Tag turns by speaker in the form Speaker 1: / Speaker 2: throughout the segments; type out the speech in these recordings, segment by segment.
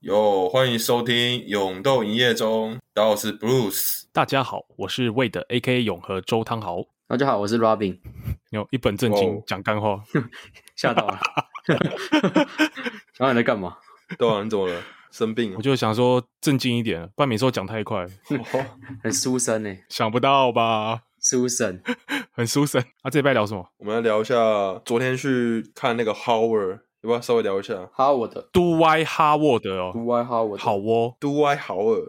Speaker 1: 哟，欢迎收听《勇斗营业中》，大家好，我是 Bruce。
Speaker 2: 大家好，我是魏的 A K 永和周汤豪，
Speaker 3: 大哦家好，我是 Robin，
Speaker 2: 有一本正
Speaker 1: 哇哦
Speaker 2: 经讲干话。
Speaker 3: 吓 到了，小冉在干嘛？
Speaker 1: 豆啊，你怎么了？生病了
Speaker 2: 我？ 就想说正经一点，不然每次都讲太快，
Speaker 1: 哦
Speaker 3: 很书生呢、欸
Speaker 2: 想不到吧？
Speaker 3: 书生
Speaker 2: 很舒神啊！这礼拜聊什么？
Speaker 1: 我们来聊一下昨天去看那个 Howard，要不要稍微聊一下？
Speaker 3: 哈我的，
Speaker 2: 都歪哈沃德哦，
Speaker 3: 独爱哈我的，
Speaker 2: 好哦，
Speaker 1: 都歪豪尔，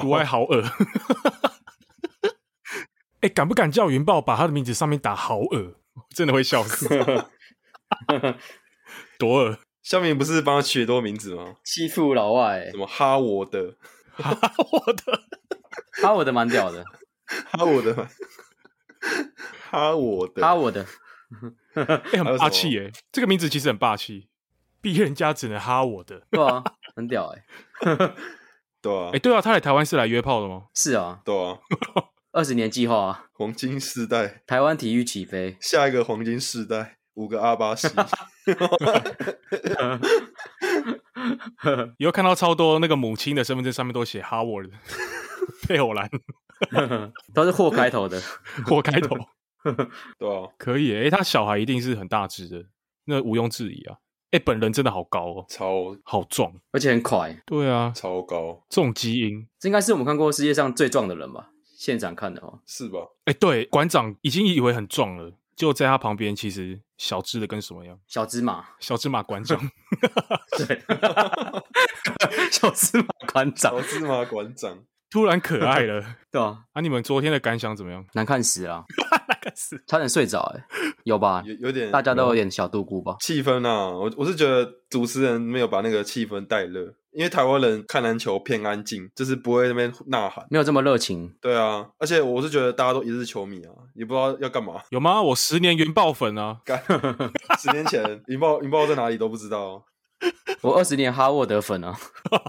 Speaker 2: 都歪好 耳。哎、敢不敢叫云豹把他的名字上面打好耳？我真的会笑死， 多耳
Speaker 1: 下面不是帮他取很多名字吗？
Speaker 3: 欺负老外、欸
Speaker 1: 什，么哈我的，
Speaker 2: 哈沃德，
Speaker 3: 哈我的蛮屌的，
Speaker 1: 哈我的， 哈我的，
Speaker 3: 哈我的，
Speaker 2: 哎、
Speaker 1: 还有什
Speaker 2: 很
Speaker 1: 么
Speaker 2: 霸气耶、这个名字其实很霸气，逼人家只能哈我的。
Speaker 3: 对啊，很屌哎、
Speaker 1: 对啊
Speaker 2: 哎、，对啊，他来台湾是来约炮的吗？
Speaker 3: 是啊，
Speaker 1: 对啊，
Speaker 3: 二十年计划啊，
Speaker 1: 黄金世代，
Speaker 3: 台湾体育起飞，
Speaker 1: 下一个黄金世代，五个阿 巴西，
Speaker 2: 以后看到超多那个母亲的身份证上面都写哈沃的，配偶栏
Speaker 3: 都是祸开头 的，
Speaker 2: 或开头，
Speaker 1: 对啊，
Speaker 2: 可以耶、诶他小孩一定是很大只的，那毋庸置疑啊。哎、本人真的好高哦，
Speaker 1: 超
Speaker 2: 好壮。
Speaker 3: 而且很快，
Speaker 2: 对啊，
Speaker 1: 超高，
Speaker 2: 这种基因，
Speaker 3: 这应该是我们看过世界上最壮的人吧？现场看的哦，
Speaker 1: 是吧？
Speaker 2: 哎、对，馆长已经以为很壮了，就在他旁边，其实小只的跟什么样？
Speaker 3: 小芝麻，
Speaker 2: 小芝麻馆长，
Speaker 3: 对， 小芝麻馆长
Speaker 1: 小，哦芝麻馆长，
Speaker 2: 突然可爱了。
Speaker 3: 对啊，
Speaker 2: 啊，你们昨天的感想怎么样？
Speaker 3: 难看死了，
Speaker 2: 该死，
Speaker 3: 差点睡着哎、有吧？
Speaker 1: 有有点
Speaker 3: 大家都有啊点小度孤吧？
Speaker 1: 气氛啊，我我是觉得主持人没有把那个气氛带热，因为台湾人看篮球偏安静，就是不会那边呐喊。
Speaker 3: 没有这么热情，
Speaker 1: 对啊，而且我是觉得大家都一日球迷啊，也不知道要干嘛。
Speaker 2: 有吗？我十年云爆粉啊，
Speaker 1: 十年前云豹云豹在哪里都不知道，
Speaker 3: 我二十年哈沃德粉啊，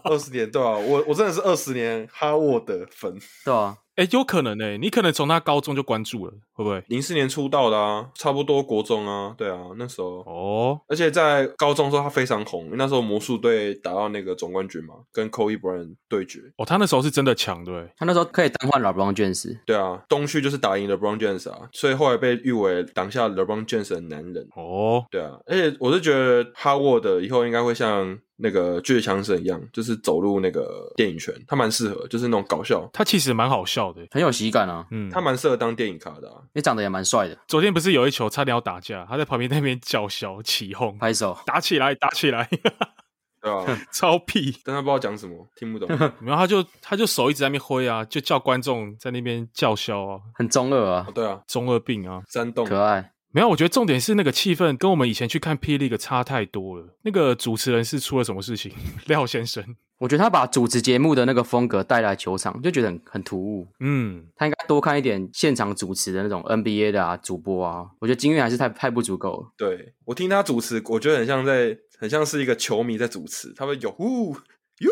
Speaker 1: 二十年对啊，我我真的是二十年哈沃的粉，
Speaker 3: 对啊，
Speaker 2: 哎、有可能哎、你可能从他高中就关注了，会不会？
Speaker 1: 零四年出道的啊，差不多国中啊，对啊，那时候。
Speaker 2: 哦，
Speaker 1: 而且在高中的时候，他非常红，因为那时候魔术队打到那个总冠军嘛，跟 Kobe Bryant 对决。
Speaker 2: 哦，他那时候是真的强，对，
Speaker 3: 他那时候可以单换老 b r o 士，
Speaker 1: 对啊，东区就是打赢 LeBron James 啊，所以后来被誉为挡下 LeBron James 的男人。
Speaker 2: 哦，
Speaker 1: 对啊，而且我是觉得哈沃德以后应该会像那个巨强森一样，就是走入那个电影圈，他蛮适合，就是那种搞笑，
Speaker 2: 他其实蛮好笑的。
Speaker 3: 很有喜感啊，
Speaker 2: 嗯，
Speaker 1: 他蛮适合当电影咖的、啊。
Speaker 3: 也长得也蛮帅的，
Speaker 2: 昨天不是有一球差点要打架，他在旁边那边叫嚣起哄，
Speaker 1: 哎
Speaker 3: 拍手，
Speaker 2: 打起来，打起来，
Speaker 1: 对 啊，
Speaker 2: 超屁。
Speaker 1: 但他不知道讲什么，听不懂。
Speaker 2: 然后他就他就手一直在那边挥啊，就叫观众在那边叫嚣啊，
Speaker 3: 很中二啊
Speaker 1: 哦，，对啊，
Speaker 2: 中二病啊。
Speaker 1: 山洞
Speaker 3: 可爱，
Speaker 2: 没有，我觉得重点是那个气氛跟我们以前去看霹雳个差太多了。那个主持人是出了什么事情？ 廖先生，
Speaker 3: 我觉得他把主持节目的那个风格带来球场，就觉得很很突兀。
Speaker 2: 嗯，
Speaker 3: 他应该多看一点现场主持的那种 NBA 的啊，主播啊，我觉得经验还是太太不足够了。
Speaker 1: 对我听他主持，我觉得很像在，很像是一个球迷在主持，他会有呼哟，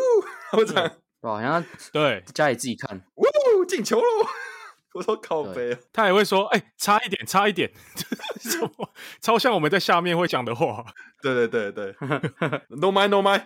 Speaker 1: 他会这样
Speaker 3: 对吧？好像
Speaker 2: 对，
Speaker 3: 家里自己看，
Speaker 1: 呜进球喽， 我说靠背啊，
Speaker 2: 他也会说，哎、差一点，差一点， 什么超像我们在下面会讲的话。
Speaker 1: 对对对对，no mind no mind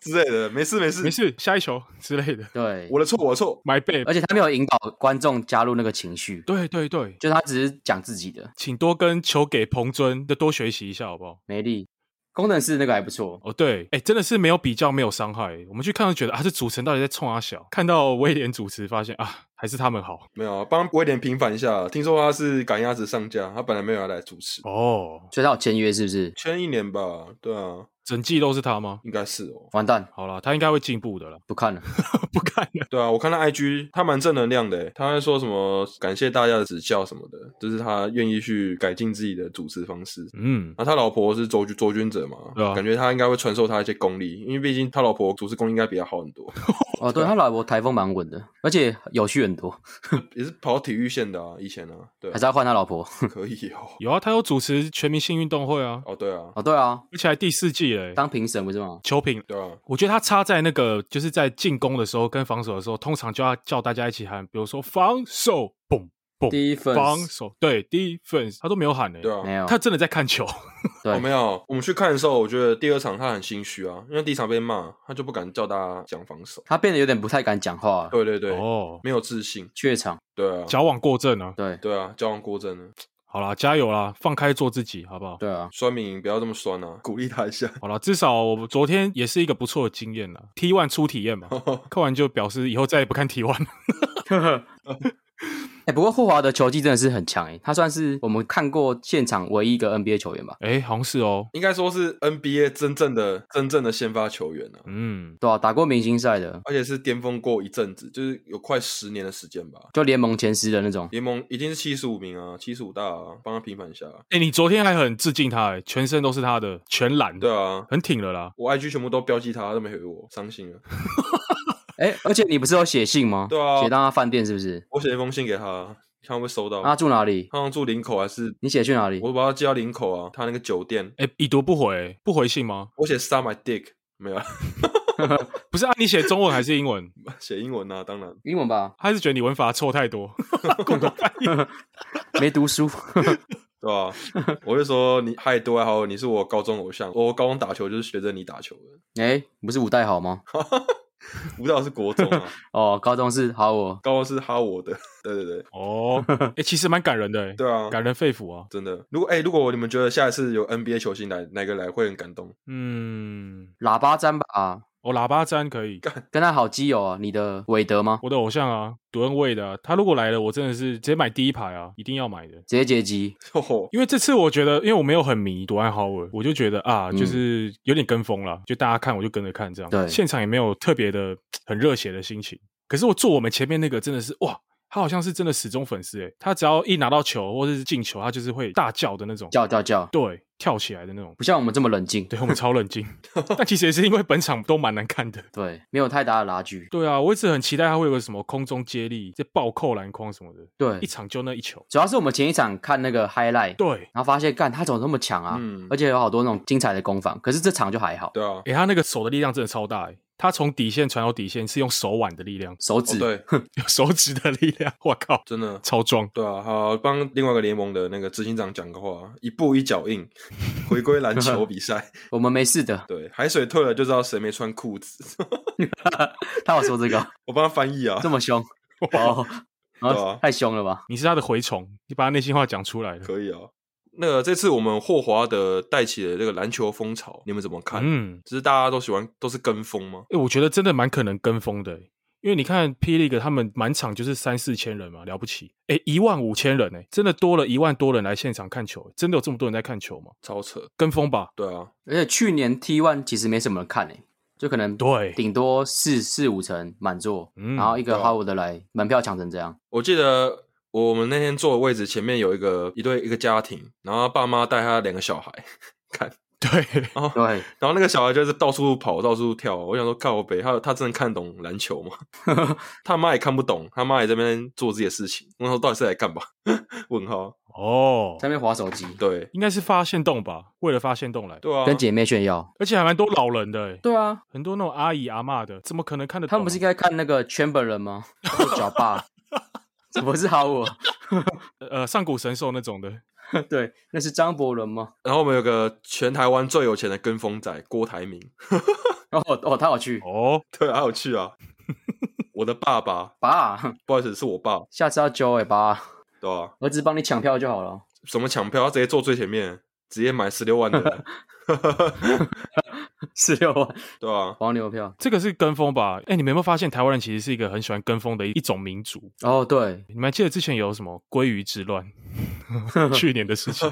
Speaker 1: 之类的，没事没事
Speaker 2: 没，事，下一球之类的，
Speaker 3: 对，
Speaker 1: 我的错我的错，
Speaker 2: 买背。
Speaker 3: 而且他没有引导观众加入那个情绪，
Speaker 2: 对对对，
Speaker 3: 就他只是讲自己的
Speaker 2: 请多跟球给彭尊的多学习一下，好不好？
Speaker 3: 没力。工程师那个还不错，
Speaker 2: 哦，对，哎，真的是没有比较，没有伤害。我们去看就觉得啊，这主持人到底在冲啊小。看到威廉主持，发现啊，还是他们好
Speaker 1: 没有啊，帮威廉平反一下，啊听说他是赶鸭子上架，他本来没有要来主持，
Speaker 2: 哦。
Speaker 3: 所以他有签约是不是？
Speaker 1: 签一年吧，对啊，
Speaker 2: 整季都是他吗？
Speaker 1: 应该是哦，
Speaker 3: 完蛋，
Speaker 2: 好啦，他应该会进步的啦。
Speaker 3: 不看了。
Speaker 2: 不看了，
Speaker 1: 对啊，我看他 IG 他蛮正能量的，欸他会说什么感谢大家的指教什么的，就是他愿意去改进自己的主持方式。
Speaker 2: 嗯，
Speaker 1: 那他老婆是周周君哲嘛，
Speaker 2: 对啊
Speaker 1: 感觉他应该会传授他一些功力，因为毕竟他老婆主持功力应该比他好很多，
Speaker 3: 哦，对他老婆台风蛮稳的，而且有趣很多，
Speaker 1: 也是跑体育线的啊，以前啊，对啊
Speaker 3: 还是要换他老婆。
Speaker 1: 可以哦，
Speaker 2: 有啊，他有主持全明星运动会啊，
Speaker 1: 哦对啊，
Speaker 3: 哦，对啊，
Speaker 2: 而且还第四季嘞。
Speaker 3: 当评审不是吗？
Speaker 2: 球评，
Speaker 1: 对啊，
Speaker 2: 我觉得他差在那个，就是在进攻的时候跟防守的时候，通常就要叫大家一起喊，比如说防守，嘣嘣蹦
Speaker 3: Defense
Speaker 2: 防守，对 defense，他都没有喊呢、欸
Speaker 1: 对啊
Speaker 3: 没有，
Speaker 2: 他真的在看球。
Speaker 1: 哦，没有，我们去看的时候，我觉得第二场他很心虚啊，因为第一场被骂，他就不敢叫大家讲防守。
Speaker 3: 他变得有点不太敢讲话了，
Speaker 1: 对 对对，
Speaker 2: 哦，
Speaker 1: 没有自信。
Speaker 3: 怯场，
Speaker 1: 对啊，
Speaker 2: 矫枉过正啊！
Speaker 3: 对
Speaker 1: 对啊，交往郭正呢，
Speaker 2: 好啦，加油啦，放开做自己，好不好？
Speaker 3: 对啊，
Speaker 1: 酸敏不要这么酸啊，鼓励他一下。
Speaker 2: 好啦，至少我昨天也是一个不错的经验啦。T one 初体 验嘛，看完就表示以后再也不看 T one 了。
Speaker 3: 哎、不过霍华的球技真的是很强哎、他算是我们看过现场唯一一个 NBA 球员吧。
Speaker 2: 哎、好像是哦，
Speaker 1: 应该说是 NBA 真正的真正的先发球员啊，
Speaker 2: 嗯，
Speaker 3: 对啊，打过明星赛的，
Speaker 1: 而且是巅峰过一阵子，就是有快十年的时间吧。
Speaker 3: 就联盟前十的那种。
Speaker 1: 联盟一定是七十五名啊，七十五大啊，帮他平反一下啊、
Speaker 2: 哎、你昨天还很致敬他、哎，全身都是他的，全蓝
Speaker 1: 对，啊，
Speaker 2: 很挺了啦。
Speaker 1: 我 IG 全部都标记他，他都没回我，伤心了。
Speaker 3: 哎、而且你不是有写信吗？
Speaker 1: 对啊
Speaker 3: 写到他饭店是不是？
Speaker 1: 我写一封信给他，看会不会收到。
Speaker 3: 他住哪里？
Speaker 1: 他好像住林口还是
Speaker 3: 你写去哪里？
Speaker 1: 啊我把他寄到林口啊，他那个酒店，
Speaker 2: 哎、已读不回、不回信吗？
Speaker 1: 我写 “suck my dick” 没有啊
Speaker 2: 不是啊，你写中文还是英文？
Speaker 1: 写英文啊，当然
Speaker 3: 英文吧，
Speaker 2: 他还是觉得你文法错太多？
Speaker 3: 没读 书。
Speaker 1: 对吧、 我就说你嗨多爱好，你是我高中偶像，我高中打球就是学着你打球的，
Speaker 3: 哎、不是五代好吗？
Speaker 1: 舞蹈是国中啊，
Speaker 3: 哦，高中是好我。
Speaker 1: 高中是哈我的，对对对
Speaker 2: 哦，哎、其实蛮感人的、哎
Speaker 1: 对啊，
Speaker 2: 感人肺腑啊。
Speaker 1: 真的。如果哎、如果你们觉得下一次有 NBA 球星来，哪个来会很感动？
Speaker 2: 嗯，
Speaker 3: 喇叭詹吧，啊
Speaker 2: 哦，喇叭詹可以，
Speaker 3: 跟他好基友啊，你的韦德吗？
Speaker 2: 我的偶像啊，独恩卫的啊、他如果来了，我真的是直接买第一排啊，一定要买的。
Speaker 3: 直接结集，
Speaker 1: 吼哦吼，
Speaker 2: 因为这次我觉得，因为我没有很迷杜安豪尔，我就觉得啊，
Speaker 3: 嗯
Speaker 2: 就是有点跟风了，就大家看我就跟着看这样。
Speaker 3: 对
Speaker 2: 现场也没有特别的很热血的心情。可是我坐我们前面那个真的是哇，他好像是真的始终粉丝诶，他只要一拿到球或者是进球，他就是会大叫的那种，
Speaker 3: 叫叫叫，
Speaker 2: 对，跳起来的那种。
Speaker 3: 不像我们这么冷静。
Speaker 2: 对我们超冷静，但其实也是因为本场都蛮难看的。
Speaker 3: 对，没有太大的拉锯。
Speaker 2: 对啊，我一直很期待他会有个什么空中接力、这暴扣篮筐什么的，
Speaker 3: 对
Speaker 2: 一，场就那一球。
Speaker 3: 主要是我们前一场看那个 highlight，
Speaker 2: 对，
Speaker 3: 然后发现干他怎么那么强 啊？
Speaker 1: 嗯
Speaker 3: 而且有好多那种精彩的攻防，可是这场就还好，
Speaker 1: 对啊，
Speaker 2: 诶、他那个手的力量真的超大诶、他从底线传到底线是用手腕的力量，
Speaker 3: 手
Speaker 1: 哦
Speaker 3: 指、
Speaker 1: 对，
Speaker 2: 有手指的力量，我靠，
Speaker 1: 真的。
Speaker 2: 超壮！
Speaker 1: 对啊，好，帮另外一个联盟的那个执行长讲个话，一步一脚印， 回归篮球比赛。
Speaker 3: 我们没事的。
Speaker 1: 对，海水退了就知道谁没穿裤子。
Speaker 3: 他有说这个
Speaker 1: 我帮他翻译啊
Speaker 3: 这，么凶哦，
Speaker 1: 对
Speaker 3: 然后
Speaker 1: 啊
Speaker 3: 太凶了吧？
Speaker 2: 你是他的蛔虫，你把他内心话讲出来了。
Speaker 1: 可以啊。那个这次我们霍华德带起了这个篮球风潮，你们怎么看？
Speaker 2: 嗯，
Speaker 1: 只是大家都喜欢都是跟风吗？
Speaker 2: 诶、我觉得真的蛮可能跟风的诶、因为你看霹雳 e 他们满场就是三四千人嘛，了不起，诶、一万五千人诶、真的多了一万多人来现场看球、真的有这么多人在看球吗？
Speaker 1: 超扯，
Speaker 2: 跟风吧，
Speaker 1: 对啊，
Speaker 3: 而且去年 T One 其实没什么人看诶、就可能
Speaker 2: 对，
Speaker 3: 顶多四四五成满座，
Speaker 2: 嗯
Speaker 3: 然后一个
Speaker 1: 对啊
Speaker 3: 哈伍德来，门票抢成这样，
Speaker 1: 我记得我们那天坐的位置前面有一个一对一个家庭，然后爸妈带他两个小孩，
Speaker 2: 对，
Speaker 1: 然后
Speaker 3: 对，
Speaker 1: 然后那个小孩就是到处跑到处跳，我想说靠北，他他真的看懂篮球吗？ 他妈也看不懂，他妈也在那边做自己的事情，我想说到底是来干嘛？ 问号，
Speaker 2: 哦
Speaker 3: 在，那边划手机，
Speaker 1: 对
Speaker 2: 应该是发现洞吧，为了发现洞来，
Speaker 1: 对啊，
Speaker 3: 跟姐妹炫耀。
Speaker 2: 而且还蛮多老人的、诶
Speaker 3: 对啊，
Speaker 2: 很多那种阿姨阿嬷的，怎么可能看得懂啊？
Speaker 3: 他们不是应该看那个 Chamberlain 吗？或者脚霸，怎么是哈伍？
Speaker 2: 呃上古神兽那种的，
Speaker 3: 对，那是张伯伦吗？
Speaker 1: 然后我们有个全台湾最有钱的跟风仔郭台铭，
Speaker 3: 哦哦，他有去，
Speaker 2: 哦，
Speaker 1: 对，好有趣啊！我的爸爸，
Speaker 3: 爸，
Speaker 1: 不好意思，是我爸，
Speaker 3: 下次要揪尾巴，
Speaker 1: 对吧、
Speaker 3: 儿子帮你抢票就好了。
Speaker 1: 什么抢票，他直接坐最前面，直接买十六万的，
Speaker 3: 十六万
Speaker 1: 对啊吧、
Speaker 3: 黄牛票。
Speaker 2: 这个是跟风吧？哎，你们有没有发现台湾人其实是一个很喜欢跟风的一一种民族？
Speaker 3: 哦，对，
Speaker 2: 你们还记得之前有什么鲑鱼之乱， 去年的事 情，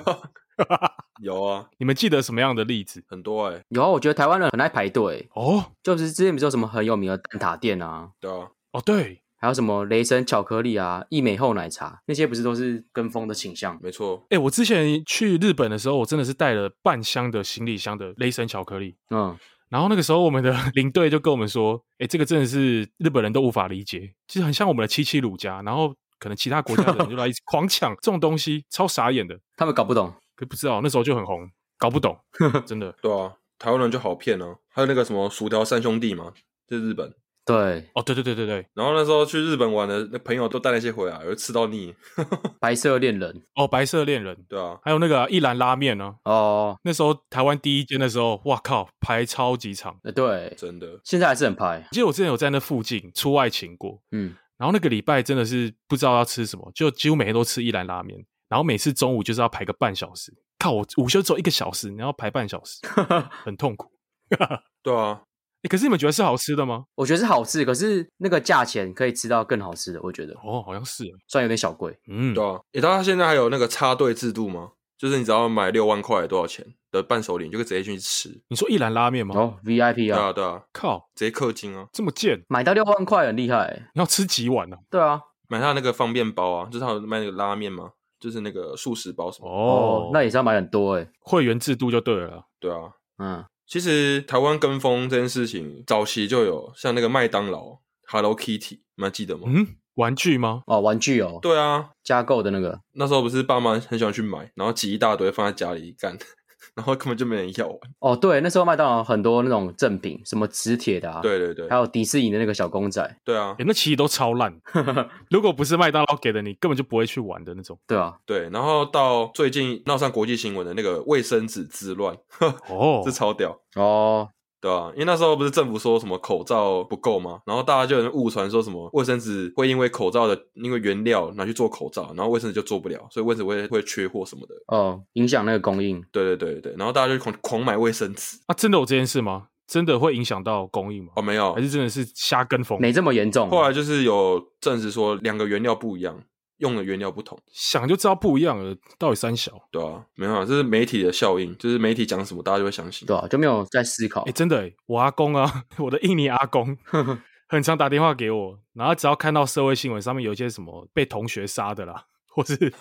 Speaker 1: 有啊，
Speaker 2: 你们记得什么样的例子？
Speaker 1: 很多哎、
Speaker 3: 有啊，我觉得台湾人很爱排队，
Speaker 2: 哦
Speaker 3: 就是之前比如说什么很有名的蛋挞店啊，
Speaker 1: 对啊，
Speaker 2: 哦，对，
Speaker 3: 还有什么雷神巧克力啊、益美厚奶茶，那些不是都是跟风的倾向？
Speaker 1: 没错，
Speaker 2: 哎，我之前去日本的时候，我真的是带了半箱的行李箱的雷神巧克力。
Speaker 3: 嗯，
Speaker 2: 然后那个时候，我们的 领队就跟我们说：“哎，这个真的是日本人都无法理解，其实很像我们的七七乳加，然后可能其他国家的人就来一直 狂抢这种东西，超傻眼的。
Speaker 3: 他们搞不懂。
Speaker 2: 可不知道那时候就很红，搞不懂，真的。
Speaker 1: 对啊，台湾人就好骗哦、还有那个什么薯条三兄弟嘛，这是日本，
Speaker 3: 对，
Speaker 2: 哦，对对对对对，
Speaker 1: 然后那时候去日本玩的那朋友都带那些回来，我就吃到腻，
Speaker 3: 白色恋人
Speaker 2: 哦，白色恋人，
Speaker 1: 对啊，
Speaker 2: 还有那个啊一兰拉面呢、
Speaker 3: 哦，
Speaker 2: 那时候台湾第一间的时候，哇靠，排超级长。
Speaker 3: 呃对，
Speaker 1: 真的。
Speaker 3: 现在还是很拍，
Speaker 2: 记得我之前有在那附近出外勤过，
Speaker 3: 嗯，
Speaker 2: 然后那个礼拜真的是不知道要吃什么，就几乎每天都吃一兰拉面，然后每次中午就是要排个半小时。靠，我午休只有一个小时，你要排 半小时，很痛苦。
Speaker 1: 对啊，
Speaker 2: 欸可是你们觉得是好吃的吗？
Speaker 3: 我觉得是好吃，可是那个价钱可以吃到更好吃的，我觉得
Speaker 2: 哦，好像是，
Speaker 3: 虽然有点小贵，
Speaker 2: 嗯，
Speaker 1: 对啊。诶、他现在还有那个插队制度吗？就是你只要买六万块多少钱的伴手礼，你就可以直接去吃。
Speaker 2: 你说一兰拉面吗？
Speaker 3: 哦，VIP
Speaker 1: 对
Speaker 3: 啊，
Speaker 1: 啊，对啊，
Speaker 2: 靠，
Speaker 1: 直接氪金啊，
Speaker 2: 这么贱，
Speaker 3: 买到六万块很厉害欸，
Speaker 2: 你要吃几碗呢、
Speaker 3: 对啊，
Speaker 1: 买他那个方便包啊，就是他有卖那个拉面嘛，就是那个素食包什么。
Speaker 2: 哦，
Speaker 3: 那也是要买很多哎，
Speaker 2: 会员制度就对了啦。
Speaker 1: 对啊，
Speaker 3: 嗯，
Speaker 1: 其实台湾跟风这件事情早期就有，像那个麦当劳 Hello Kitty，你们还记得吗？
Speaker 2: 嗯，玩具吗？
Speaker 3: 哦，玩具哦，
Speaker 1: 对啊，
Speaker 3: 加购的那个，
Speaker 1: 那时候不是爸妈很喜欢去买，然后挤一大堆放在家里干， 然后根本就没人要玩。
Speaker 3: 哦，对，那时候麦当劳很多那种赠品，什么磁铁的啊，，
Speaker 1: 对对对
Speaker 3: 还，有迪士尼的那个小公仔，
Speaker 1: 对啊
Speaker 2: 哎、，那其实都超烂。 如果不是麦当劳给的，你根本就不会去玩的那种。
Speaker 3: 对啊，
Speaker 1: 对。然后到最近闹上国际新闻的那个卫生纸之乱，
Speaker 2: 哦
Speaker 1: 这，超屌。
Speaker 3: 哦，
Speaker 1: 对啊，因为那时候不是政府说什么口罩不够吗？然后大家就有人误传说什么卫生纸会因为口罩的因为原料拿去做口罩，然后卫生纸就做不了，所以卫生纸会会缺货什么的。
Speaker 3: 哦，影响那个供应，
Speaker 1: 对对对对，然后大家就狂狂买卫生纸。
Speaker 2: 啊，真的有这件事吗？真的会影响到供应吗？
Speaker 1: 哦，没有
Speaker 2: 还，是真的是瞎跟风？
Speaker 3: 没这么严重，
Speaker 1: 后来就是有证实说两个原料不一样，用的原料不同。
Speaker 2: 想就知道不一样了，到底三小？
Speaker 1: 对啊，没办法，这是媒体的效应，就是媒体讲什么，大家就会相信。
Speaker 3: 对啊，就没有在思考
Speaker 2: 哎、，真的、欸，我阿公啊， 我的印尼阿公，很常打电话给我，然后只要看到社会新闻上面有一些什么被同学杀的啦， 或是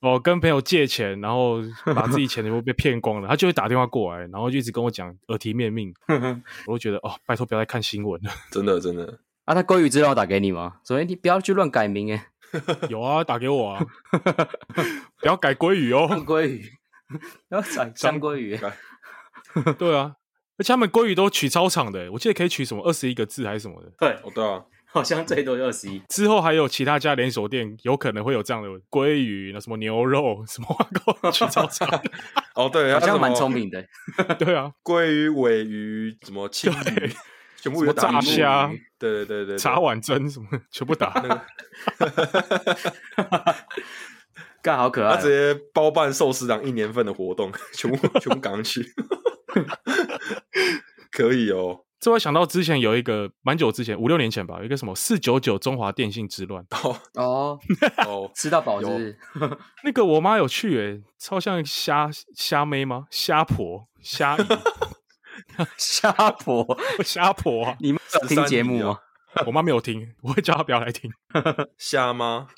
Speaker 2: 哦跟朋友借钱，然后把自己钱全部被骗光了，他就会打电话过来，然后就一直跟我讲耳提面命，我都觉得哦，拜托不要再看新闻了。
Speaker 1: 真的真的，
Speaker 3: 啊，他鲑鱼知道打给你吗？所以你不要去乱改名 哎，
Speaker 2: 有啊，打给我啊，不要改鲑鱼 哦。
Speaker 3: 三鲑鱼，要改三鲑鱼欸，
Speaker 2: 对啊，而且他们鲑鱼都取超长的欸，我记得可以取什么二十一个字还是什么的。
Speaker 3: 对，
Speaker 1: 哦对 啊，
Speaker 3: 好像最多就二十一，
Speaker 2: 之后还有其他家连锁店有可能会有这样的鲑鱼，那什么牛肉，什么 花糕取超长的。
Speaker 1: 哦对，还
Speaker 3: 好
Speaker 1: 有
Speaker 3: 像
Speaker 1: 什么
Speaker 3: 蛮聪明的欸，
Speaker 2: 对啊，
Speaker 1: 鲑鱼、尾鱼、什么青鱼， 全部
Speaker 2: 什么
Speaker 1: 有打
Speaker 2: 炸
Speaker 1: 荧幕
Speaker 2: 虾
Speaker 1: 鱼对对对对，对
Speaker 2: 茶碗蒸什么的全部打。
Speaker 3: 干好可
Speaker 1: 他
Speaker 3: 爱
Speaker 1: 直
Speaker 3: 哦，
Speaker 1: 接包办寿司郎一年份的活动， 全部 全部赶上去， 可以哦。
Speaker 2: 这我想到之前有一个蛮久之前五六年前吧，有一个什么四九九中华电信之乱，
Speaker 1: 哦
Speaker 3: 哦，
Speaker 1: 哦，
Speaker 3: 吃到饱是不
Speaker 1: 有
Speaker 3: 是？
Speaker 2: 那个我妈有去诶、超像虾虾妹吗？虾婆、虾姨、
Speaker 3: 虾婆，
Speaker 2: 虾婆啊！
Speaker 3: 你们有听节目哦吗？
Speaker 2: 我妈没有听，我会叫她不要来听。
Speaker 1: 虾吗？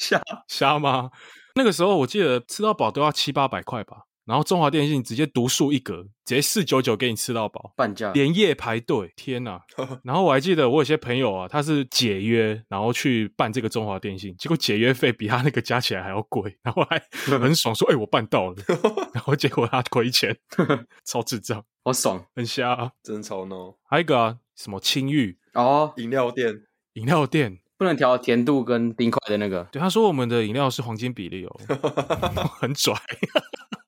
Speaker 2: 虾吗？那个时候我记得吃到饱都要七八百块吧，然后中华电信直接独树一格，直接四九九给你吃到饱，
Speaker 3: 半价，
Speaker 2: 连夜排队，天哪！然后我还记得我有些朋友啊，他是解约，然后去办这个中华电信，结果解约费比他那个加起来还要贵， 然后还很爽说：“哎、我办到了。”然后结果他 亏钱，超智障，
Speaker 3: 好哦爽
Speaker 2: 很瞎、啊。
Speaker 1: 真超孬！
Speaker 2: 还有一个啊，什么青玉
Speaker 3: 哦，
Speaker 1: 饮料店
Speaker 2: 饮料店，
Speaker 3: 不能调甜度跟冰块的那个。
Speaker 2: 对他说我们的饮料是黄金 比例哦，很拽。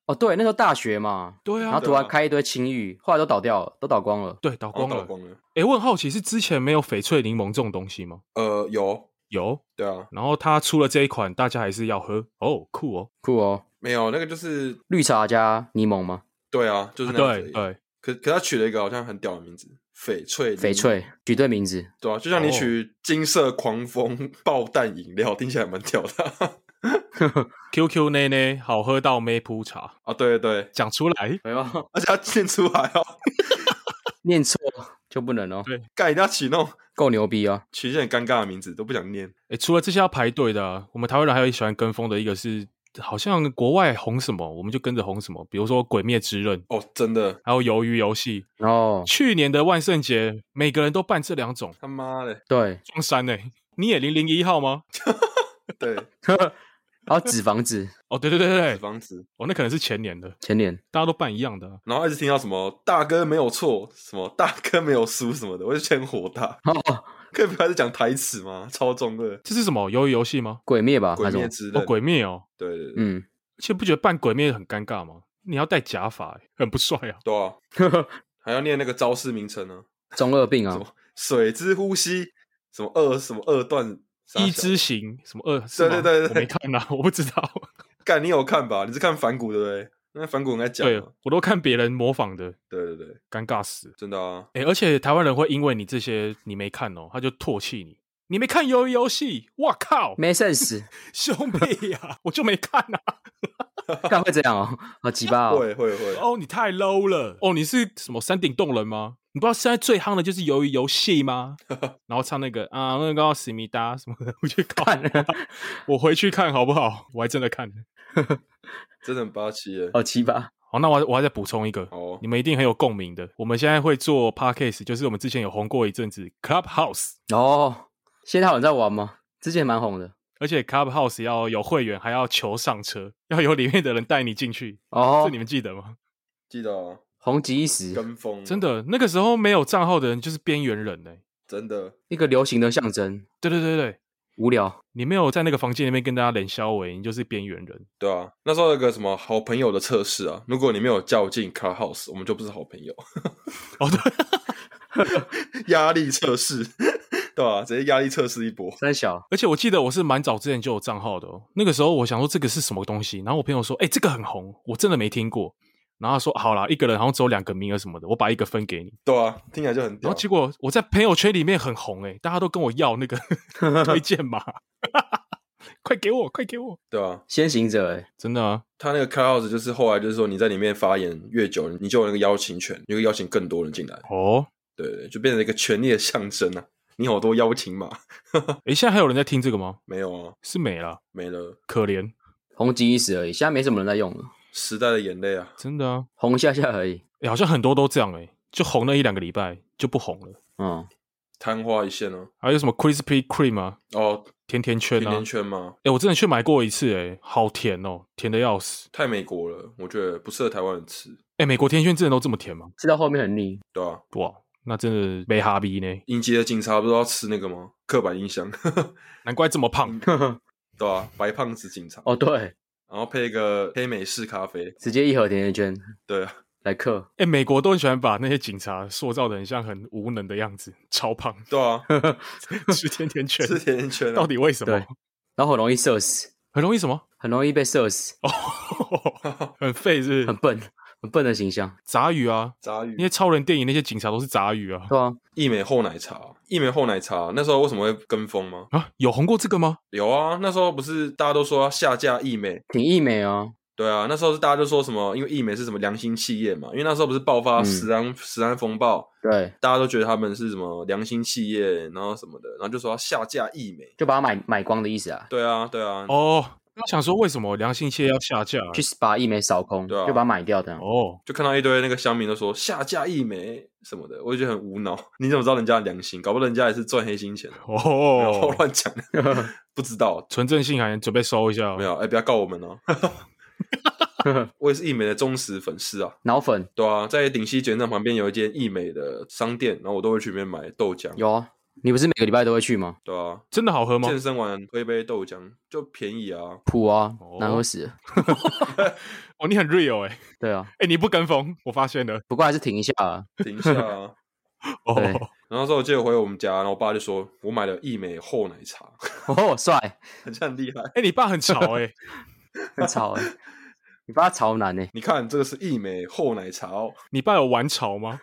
Speaker 3: 哦，对，那时候大学嘛，
Speaker 2: 对
Speaker 3: 然
Speaker 2: 啊
Speaker 3: 后，突然开一堆青玉，后来都倒掉了，都倒光了。
Speaker 2: 对，倒
Speaker 1: 哦
Speaker 2: 光了
Speaker 1: 倒。光了。
Speaker 2: 诶，我很好奇，是之前没有翡翠柠檬这种东西吗？
Speaker 1: 呃，有，
Speaker 2: 有，
Speaker 1: 对啊，
Speaker 2: 然后它出了这一款，大家还是要喝哦，酷哦，
Speaker 3: 酷哦，
Speaker 1: 没有那个就是
Speaker 3: 绿茶加柠檬吗？
Speaker 1: 对啊，就是那样子而
Speaker 2: 对
Speaker 1: 已。
Speaker 2: 对，
Speaker 1: 可可他取了一个好像很屌的名字，翡翠柠
Speaker 3: 翡翠，举对名字，
Speaker 1: 对啊，就像
Speaker 2: 哦
Speaker 1: 你取金色狂风爆弹饮料，听起来蛮屌的
Speaker 2: QQ 内内好喝到没铺茶，
Speaker 1: 啊！对对对，
Speaker 2: 讲出来，
Speaker 3: 哎呦，
Speaker 1: 而且他念出来哦，
Speaker 3: 念错就不能哦
Speaker 2: 对，
Speaker 1: 盖人家起那种
Speaker 3: 够牛逼哦。
Speaker 1: 取一些很尴尬的名字都不想念。
Speaker 2: 诶，除了这些要排队的啊，我们台湾人还有喜欢跟风的一个是，好像国外红什么，我们就跟着红什么，比如说《鬼灭之刃》，
Speaker 1: 哦，真的，
Speaker 2: 还有《鱿鱼游戏》。
Speaker 3: 然
Speaker 1: 哦
Speaker 3: 后
Speaker 2: 去年的万圣节，每个人都办这两种，
Speaker 1: 他 妈的，
Speaker 3: 对，
Speaker 2: 装山呢、你也零零一号吗？
Speaker 1: 对，
Speaker 3: 然后纸房子
Speaker 2: 哦，对对对对
Speaker 1: 纸
Speaker 2: 对，
Speaker 1: 房子，
Speaker 2: 哦，那可能是前年的，
Speaker 3: 前年
Speaker 2: 大家都办一样的啊、
Speaker 1: 然后一直听到什么大哥没有错，什么大哥没有输什么的，我就觉得很火大。
Speaker 3: 哦，
Speaker 1: 可以不要再讲台词吗？超中二，
Speaker 2: 这是什么鱿鱼游戏吗？
Speaker 3: 鬼灭吧，
Speaker 1: 鬼
Speaker 3: 还是什
Speaker 1: 灭
Speaker 3: 么？
Speaker 1: 之刃，
Speaker 2: 哦，鬼灭哦，
Speaker 1: 对对对，
Speaker 3: 嗯，
Speaker 2: 而且不觉得扮鬼灭很尴尬吗？你要戴假发、欸，很不帅啊。
Speaker 1: 对 啊，还要念那个招式名称呢、
Speaker 3: 中二病啊
Speaker 1: 什，么水之呼吸，什么二什么二段啥小，
Speaker 2: 一之行什么二？是吗
Speaker 1: 对对对对
Speaker 2: 我没看啊，我不知道。
Speaker 1: 干你有看吧？你是看反骨对不对？那反骨应该讲
Speaker 2: 对
Speaker 1: 嘛，
Speaker 2: 我都看别人模仿的，
Speaker 1: 对对对，
Speaker 2: 尴尬死了。
Speaker 1: 真的啊，
Speaker 2: 哎、而且台湾人会因为你这些你没看哦，他就唾弃你。你没看鱿鱼游戏？哇靠，
Speaker 3: 没 sense，
Speaker 2: 兄弟呀、我就没看啊！
Speaker 3: 干会这样哦，好鸡巴哦，
Speaker 1: 会会会，
Speaker 2: 哦，你太 low 了。哦，你是什么山顶洞人吗？你不知道现在最夯的就是鱿鱼游戏 吗？然后唱那个啊，那个思密达什么的， 我去看，我回去看好不好？ 我还真的看了。
Speaker 1: 真的很霸气耶。
Speaker 2: 哦
Speaker 3: 好鸡巴，
Speaker 2: 好，那我还我还再补充一个，
Speaker 1: 哦
Speaker 2: 你，们一定很有共鸣的。我们现在会做 podcast，就是我们之前有红过一阵子 Clubhouse，
Speaker 3: 哦，现在还有人在玩吗？之前蛮红的，
Speaker 2: 而且 Clubhouse 要有会员，还要求上车，要有里面的人带你进去。
Speaker 3: 哦
Speaker 2: 这你，们记得吗？
Speaker 1: 记得啊，
Speaker 3: 红极一时，
Speaker 1: 跟风哦
Speaker 2: 真的，那个时候没有账号的人就是边缘人呢、欸
Speaker 1: 真的
Speaker 3: 一个流行的象征，
Speaker 2: 对对对对，
Speaker 3: 无聊，
Speaker 2: 你没有在那个房间里面跟大家冷消维，你就是边缘人。
Speaker 1: 对啊。那时候有个什么好朋友的测试啊，如果你没有叫进 Car House，我们就不是好朋友。
Speaker 2: 哦，对，
Speaker 1: 压力测试， 对吧、直接压力测试一波。
Speaker 3: 三小，
Speaker 2: 而且我记得我是蛮早之前就有账号的、哦，那个时候我想说这个是什么东西，然后我朋友说，哎、这个很红，我真的没听过。然后他说好啦，一个人好像只有两个名额什么的，我把一个分给你。
Speaker 1: 对啊，听起来就很
Speaker 2: 然
Speaker 1: 屌
Speaker 2: 后。结果我在朋友圈里面很红诶、大家都跟我要那个 推荐码， 快给我，快给我！
Speaker 1: 对啊，
Speaker 3: 先行者，哎，
Speaker 2: 真的啊，
Speaker 1: 他那个 Car House 就是后来就是说你在里面发言越久，你就有那个邀请权，你会邀请更多人进来。
Speaker 2: 哦，
Speaker 1: 对对，对就变成一个权力的象征啊！你好多邀请码，
Speaker 2: 诶，现在还有人在听这个吗？
Speaker 1: 没有啊，
Speaker 2: 是没了，
Speaker 1: 没了。
Speaker 2: 可怜，
Speaker 3: 红极一时而已，现在没什么人在用了，
Speaker 1: 时代的眼泪啊，
Speaker 2: 真的啊，
Speaker 3: 红一下下而已，
Speaker 2: 诶，好像很多都这样诶、就红了一两个礼拜就不红了。
Speaker 3: 嗯，
Speaker 1: 昙花一现哦、
Speaker 2: 还有什么 Krispy Kreme 啊，
Speaker 1: 哦，
Speaker 2: 甜甜圈
Speaker 1: 甜
Speaker 2: 啊
Speaker 1: 甜，圈吗？
Speaker 2: 诶，我真的去买过一次诶，好甜哦，甜的要死。
Speaker 1: 太美国了，我觉得不适合台湾人吃，
Speaker 2: 诶，美国甜甜圈真的都这么甜吗？
Speaker 3: 吃到后面很腻，
Speaker 1: 对啊？
Speaker 2: 哇，那真的没哈逼呢，
Speaker 1: 应届的警察不都要吃那个吗？刻板印象，
Speaker 2: 难怪这么胖。
Speaker 1: 对啊？白胖子警察，
Speaker 3: 哦，对，
Speaker 1: 然后配一个黑美式咖啡，
Speaker 3: 直接一盒甜甜圈
Speaker 1: 对啊，
Speaker 3: 来嗑，
Speaker 2: 哎、美国都很喜欢把那些警察塑造的很像很无能的样子，超胖，
Speaker 1: 对 啊，
Speaker 2: 吃甜甜圈，
Speaker 1: 吃甜甜圈、啊，
Speaker 2: 到底为什么
Speaker 3: 对？然后很容易射死，
Speaker 2: 很容易什么？
Speaker 3: 很容易被射死，
Speaker 2: 很废是不是
Speaker 3: 很笨，很笨的形象，
Speaker 2: 杂鱼啊！
Speaker 1: 杂
Speaker 2: 那些
Speaker 1: 鱼、
Speaker 2: 超人电影那些警察都是杂鱼啊！
Speaker 3: 对啊，
Speaker 1: 一美厚奶茶、一美厚奶茶，那时候为什么会跟风吗？
Speaker 2: 啊，有红过这个吗？
Speaker 1: 有啊，那时候不是大家都说要下架一美，
Speaker 3: 挺意美哦，
Speaker 1: 对啊，那时候是大家就说什么，因为易美是什么良心企业嘛，因为那时候不是爆发
Speaker 3: 嗯
Speaker 1: 食安、食安风暴，
Speaker 3: 对，
Speaker 1: 大家都觉得他们是什么良心企业，然后什么的，然后就说要下架易美。
Speaker 3: 就把它买买光的意思啊，
Speaker 1: 对啊，对啊，
Speaker 2: 哦，那想说为什么良心企业要 下架啊？
Speaker 3: 去把意美扫空，
Speaker 1: 对啊
Speaker 3: 就把它买掉的，
Speaker 2: 哦，
Speaker 1: 就看到一堆那个乡民都说下架易美什么的，我就觉得很无脑。 你怎么知道人家的良心？搞不好人家也是赚黑心钱的。然后
Speaker 2: 哦，
Speaker 1: 乱讲，不知道
Speaker 2: 纯正性还准备收一下哦、
Speaker 1: 没有？哎、不要告我们哦！我也是易美的忠实粉丝啊。
Speaker 3: 脑粉
Speaker 1: 对啊，在顶溪捷运站旁边有一间易美的商店，然后我都会去里面买豆浆。
Speaker 3: 有啊，你不是每个礼拜都会去吗？
Speaker 1: 对啊，
Speaker 2: 真的好喝吗？
Speaker 1: 健身完喝一杯豆浆就便宜啊，
Speaker 3: 普啊
Speaker 2: 哦，
Speaker 3: 难喝死了，
Speaker 2: 哦，你很 real 哎、欸、
Speaker 3: 对啊，
Speaker 2: 哎、你不跟风，我发现了。
Speaker 3: 不过还是停一下啊，
Speaker 1: 停一下啊。
Speaker 2: 哦，
Speaker 3: 对
Speaker 1: 然后那时候我记得回我们家，然后我爸就说我买了益美厚奶茶，
Speaker 3: 哦，帅，
Speaker 1: 很像很厉害。
Speaker 2: 哎、你爸很潮哎、
Speaker 3: 很吵哎，你把它吵难呢，
Speaker 1: 你看这个是益美厚奶茶哦，
Speaker 2: 你爸有玩潮 吗？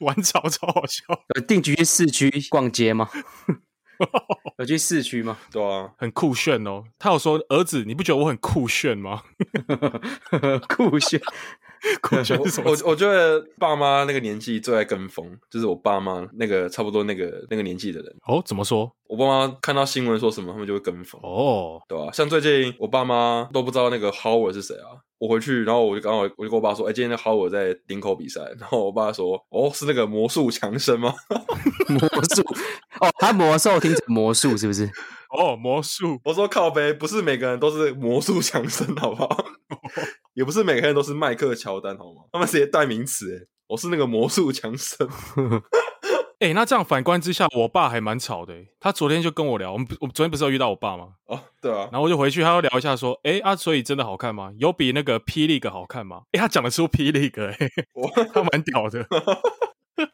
Speaker 2: 玩潮超好笑，
Speaker 3: 有定居去市区逛街吗？有去市区吗？
Speaker 1: 对啊，
Speaker 2: 很酷炫 哦。他有说：“儿子，你不觉得我很酷炫吗
Speaker 3: 酷炫，
Speaker 2: 股权
Speaker 1: 我
Speaker 2: 是 什么
Speaker 1: 我？我觉得爸妈那个年纪最爱跟风，就是我爸妈那个差不多那个那个年纪的人。
Speaker 2: 哦，怎么说？
Speaker 1: 我爸妈看到新闻说什么，他们就会跟风，
Speaker 2: 哦，
Speaker 1: 对吧、啊像最近我爸妈都不知道那个 Howard 是谁啊。我回去，然后我就刚好我就跟我爸说，哎、今天那 Howard 在林口比赛。然后我爸说，哦，是那个魔术强生吗？
Speaker 3: 魔术哦，他魔兽听成魔术是不是？
Speaker 2: 哦，魔术，
Speaker 1: 我说靠背，不是每个人都是魔术强生，好不 好？
Speaker 2: 哦
Speaker 1: 也不是每个人都是麦克乔丹，好吗？他们直接代名词，哎，我是那个魔术强生。
Speaker 2: 哎、那这样反观之下，我爸还蛮吵的欸。他昨天就跟我聊，我们不我们昨天不是有遇到我爸吗？
Speaker 1: 哦，对啊，
Speaker 2: 然后我就回去，他又聊一下说，哎、啊，所以真的好看吗？有比那个霹雳 e 好看吗？哎、他讲得出霹雳 e 哎、
Speaker 1: 我
Speaker 2: 他蛮屌的。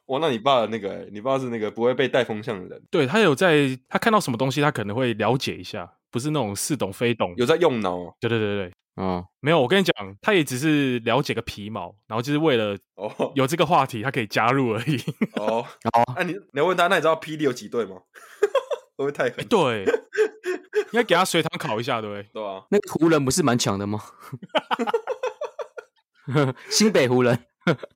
Speaker 1: 哇，那你爸的那个、欸，你爸是那个不会被带风向的人，
Speaker 2: 对他有在，他看到什么东西，他可能会了解一下，不是那种似懂非懂。
Speaker 1: 有在用脑哦
Speaker 2: 对对对对，
Speaker 3: 哦，
Speaker 2: 没有，我跟你讲，他也只是了解个皮毛，然后就是为了
Speaker 1: 哦。
Speaker 2: 有这个话题，他可以加入而已。
Speaker 1: 哦，
Speaker 3: 哦
Speaker 1: 那、你你要问他，那你知道霹雳有几队吗？ 会不会太
Speaker 2: 哎
Speaker 1: 狠？
Speaker 2: 对，应该给他随堂考一下，对不对？
Speaker 1: 对啊，
Speaker 3: 那个湖人不是蛮强的吗？ 新北湖人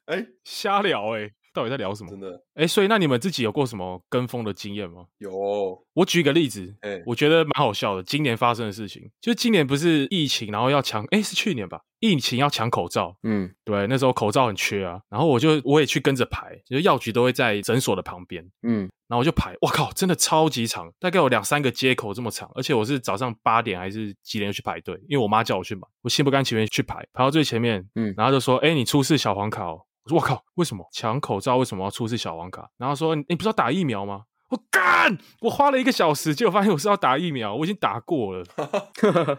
Speaker 1: 哎、
Speaker 2: 瞎聊哎、到底在聊什么
Speaker 1: 真？的
Speaker 2: 哎、所以那你们自己有过什么跟风的经验吗？
Speaker 1: 有哦
Speaker 2: 我举一个例子，
Speaker 1: 哎、
Speaker 2: 我觉得蛮好笑的。今年发生的事情，就是今年不是疫情，然后要抢，哎，是去年吧？疫情要抢口罩，
Speaker 3: 嗯，
Speaker 2: 对，那时候口罩很缺啊。然后我就我也去跟着排，就是药局都会在诊所的旁边，
Speaker 3: 嗯
Speaker 2: 然后我就排，哇靠，真的超级长，大概有两三个街口这么长，而且我是早上八点还是几点就去排队，因为我妈叫我去买，我心不甘情愿去排，排到最前面，
Speaker 3: 嗯
Speaker 2: 然后就说，哎，你出示小黄卡哦。我说我靠，为什么抢口罩？为什么要出示小黄卡？然后说哎你你不是要打疫苗吗？我干！我花了一个小时，结果发现我是要打疫苗，我已经打过了，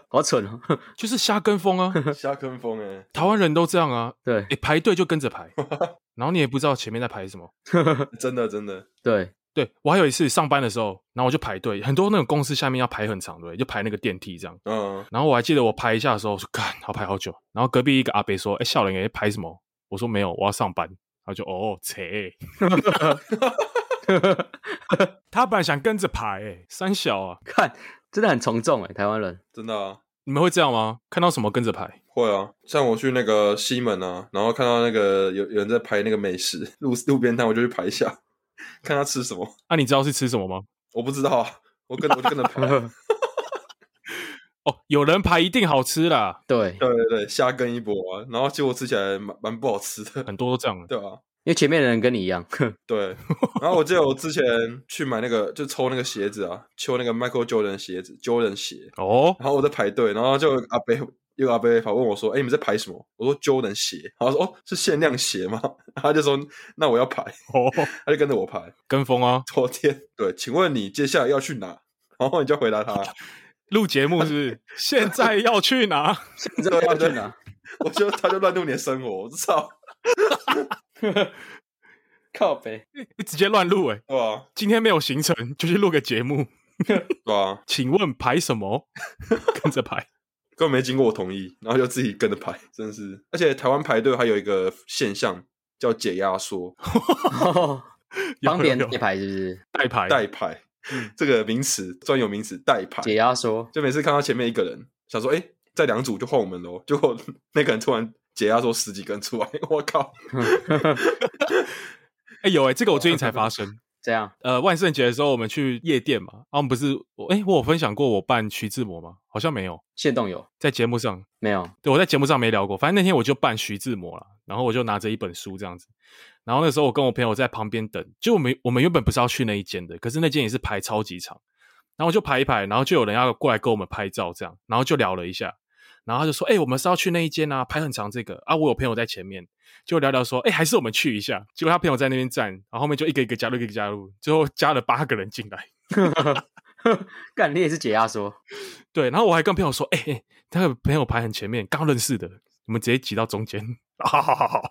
Speaker 3: 好蠢哦。
Speaker 2: 就是瞎跟风啊！
Speaker 1: 瞎跟风哎、
Speaker 2: 台湾人都这样啊，
Speaker 3: 对
Speaker 2: 你排队就跟着排，然后你也不知道前面在排什么。
Speaker 1: 真的真的，
Speaker 3: 对，
Speaker 2: 对我还有一次上班的时候，然后我就排队，很多那种公司下面要排很长队，就排那个电梯这样。
Speaker 1: 嗯，
Speaker 2: 然后我还记得我排一下的时候，我说干，要排好久。然后隔壁一个阿伯说：“哎，笑脸，你排什么？”我说：“没有，我要上班。”他就哦，切。 他本来想跟着排、哎，三小啊，
Speaker 3: 看真的很从众哎，台湾人。
Speaker 1: 真的啊，
Speaker 2: 你们会这样吗？看到什么跟着排？
Speaker 1: 会啊。像我去那个西门啊，然后看到那个有有人在排那个美食路路边摊，我就去排一下， 看他吃什么。
Speaker 2: 啊，你知道是吃什么吗？
Speaker 1: 我不知道啊，我跟我就跟着排
Speaker 2: 哦，有人排一定好吃啦，
Speaker 3: 对，
Speaker 1: 对对对，瞎跟一波啊，然后结果吃起来蛮蛮不好吃的，
Speaker 2: 很多都这样。
Speaker 1: 对啊，
Speaker 3: 因为前面的人跟你一样，
Speaker 1: 对。然后我记得我之前去买那个，就抽那个鞋子啊，抽那个 Michael Jordan 的鞋子，Jordan 鞋。
Speaker 2: 哦，
Speaker 1: 然后我在排队，然后就有个阿伯，有个阿伯跑问我说：“哎、你们在排什么？”我说：“Jordan 鞋。”然后他说：“哦，是限量鞋吗？” 他就说：“那我要排。
Speaker 2: 哦，”
Speaker 1: 他就跟着我排。
Speaker 2: 跟风啊，
Speaker 1: 昨天对，请问你接下来要去哪？然后你就回答他，
Speaker 2: 录节目是不是 现在要去哪？
Speaker 3: 你知道要去哪？
Speaker 1: 我就他就乱入你的生活，我操，
Speaker 3: 靠 北，
Speaker 2: 你 直接乱录哎！
Speaker 1: 对吧、啊？
Speaker 2: 今天没有行程，就去录个节目。
Speaker 1: 对吧、啊？
Speaker 2: 请问排什么？跟着排
Speaker 1: 根本没经过我同意，然后就自己跟着排，真是。而且台湾排队还有一个现象叫解压缩，
Speaker 2: 有
Speaker 3: 帮别
Speaker 2: 有
Speaker 3: 人
Speaker 2: 有
Speaker 3: 一排是不是？
Speaker 2: 代排
Speaker 1: 代排、这个名词专有名词代排。
Speaker 3: 嗯解压缩，
Speaker 1: 就每次看到前面一个人，想说，哎、在两组就换我们喽，结果 那个人突然解压说十几个人出来， 我靠！
Speaker 2: 哎、有哎、这个我最近才发生。
Speaker 3: 这样
Speaker 2: 呃，万圣节的时候我们去夜店嘛，啊，我们不是我哎、我有分享过我扮徐志摩吗？好像没有
Speaker 3: 现动有
Speaker 2: 在节目上，
Speaker 3: 没有？
Speaker 2: 对我在节目上没聊过。反正那天我就扮徐志摩了，然后我就拿着一本书这样子。然后那时候我跟我朋友在旁边等，就我们我们原本不是要去那一间的，可是那间也是排超级长，然后就排一排，然后就有人要过来跟我们拍照这样，然后就聊了一下，然后他就说：“哎、我们是要去那一间啊，排很长这个啊，我有朋友在前面。”就聊聊说：“哎、还是我们去一下。”结果他朋友在那边站，然后后面就一个一个加入，一个一个加入，最后加了八个人进来。
Speaker 3: 干，你也是解压缩，
Speaker 2: 对，然后我还跟朋友说，哎、欸，那个朋友排很前面，刚认识的，我们直接挤到中间。 好好好好，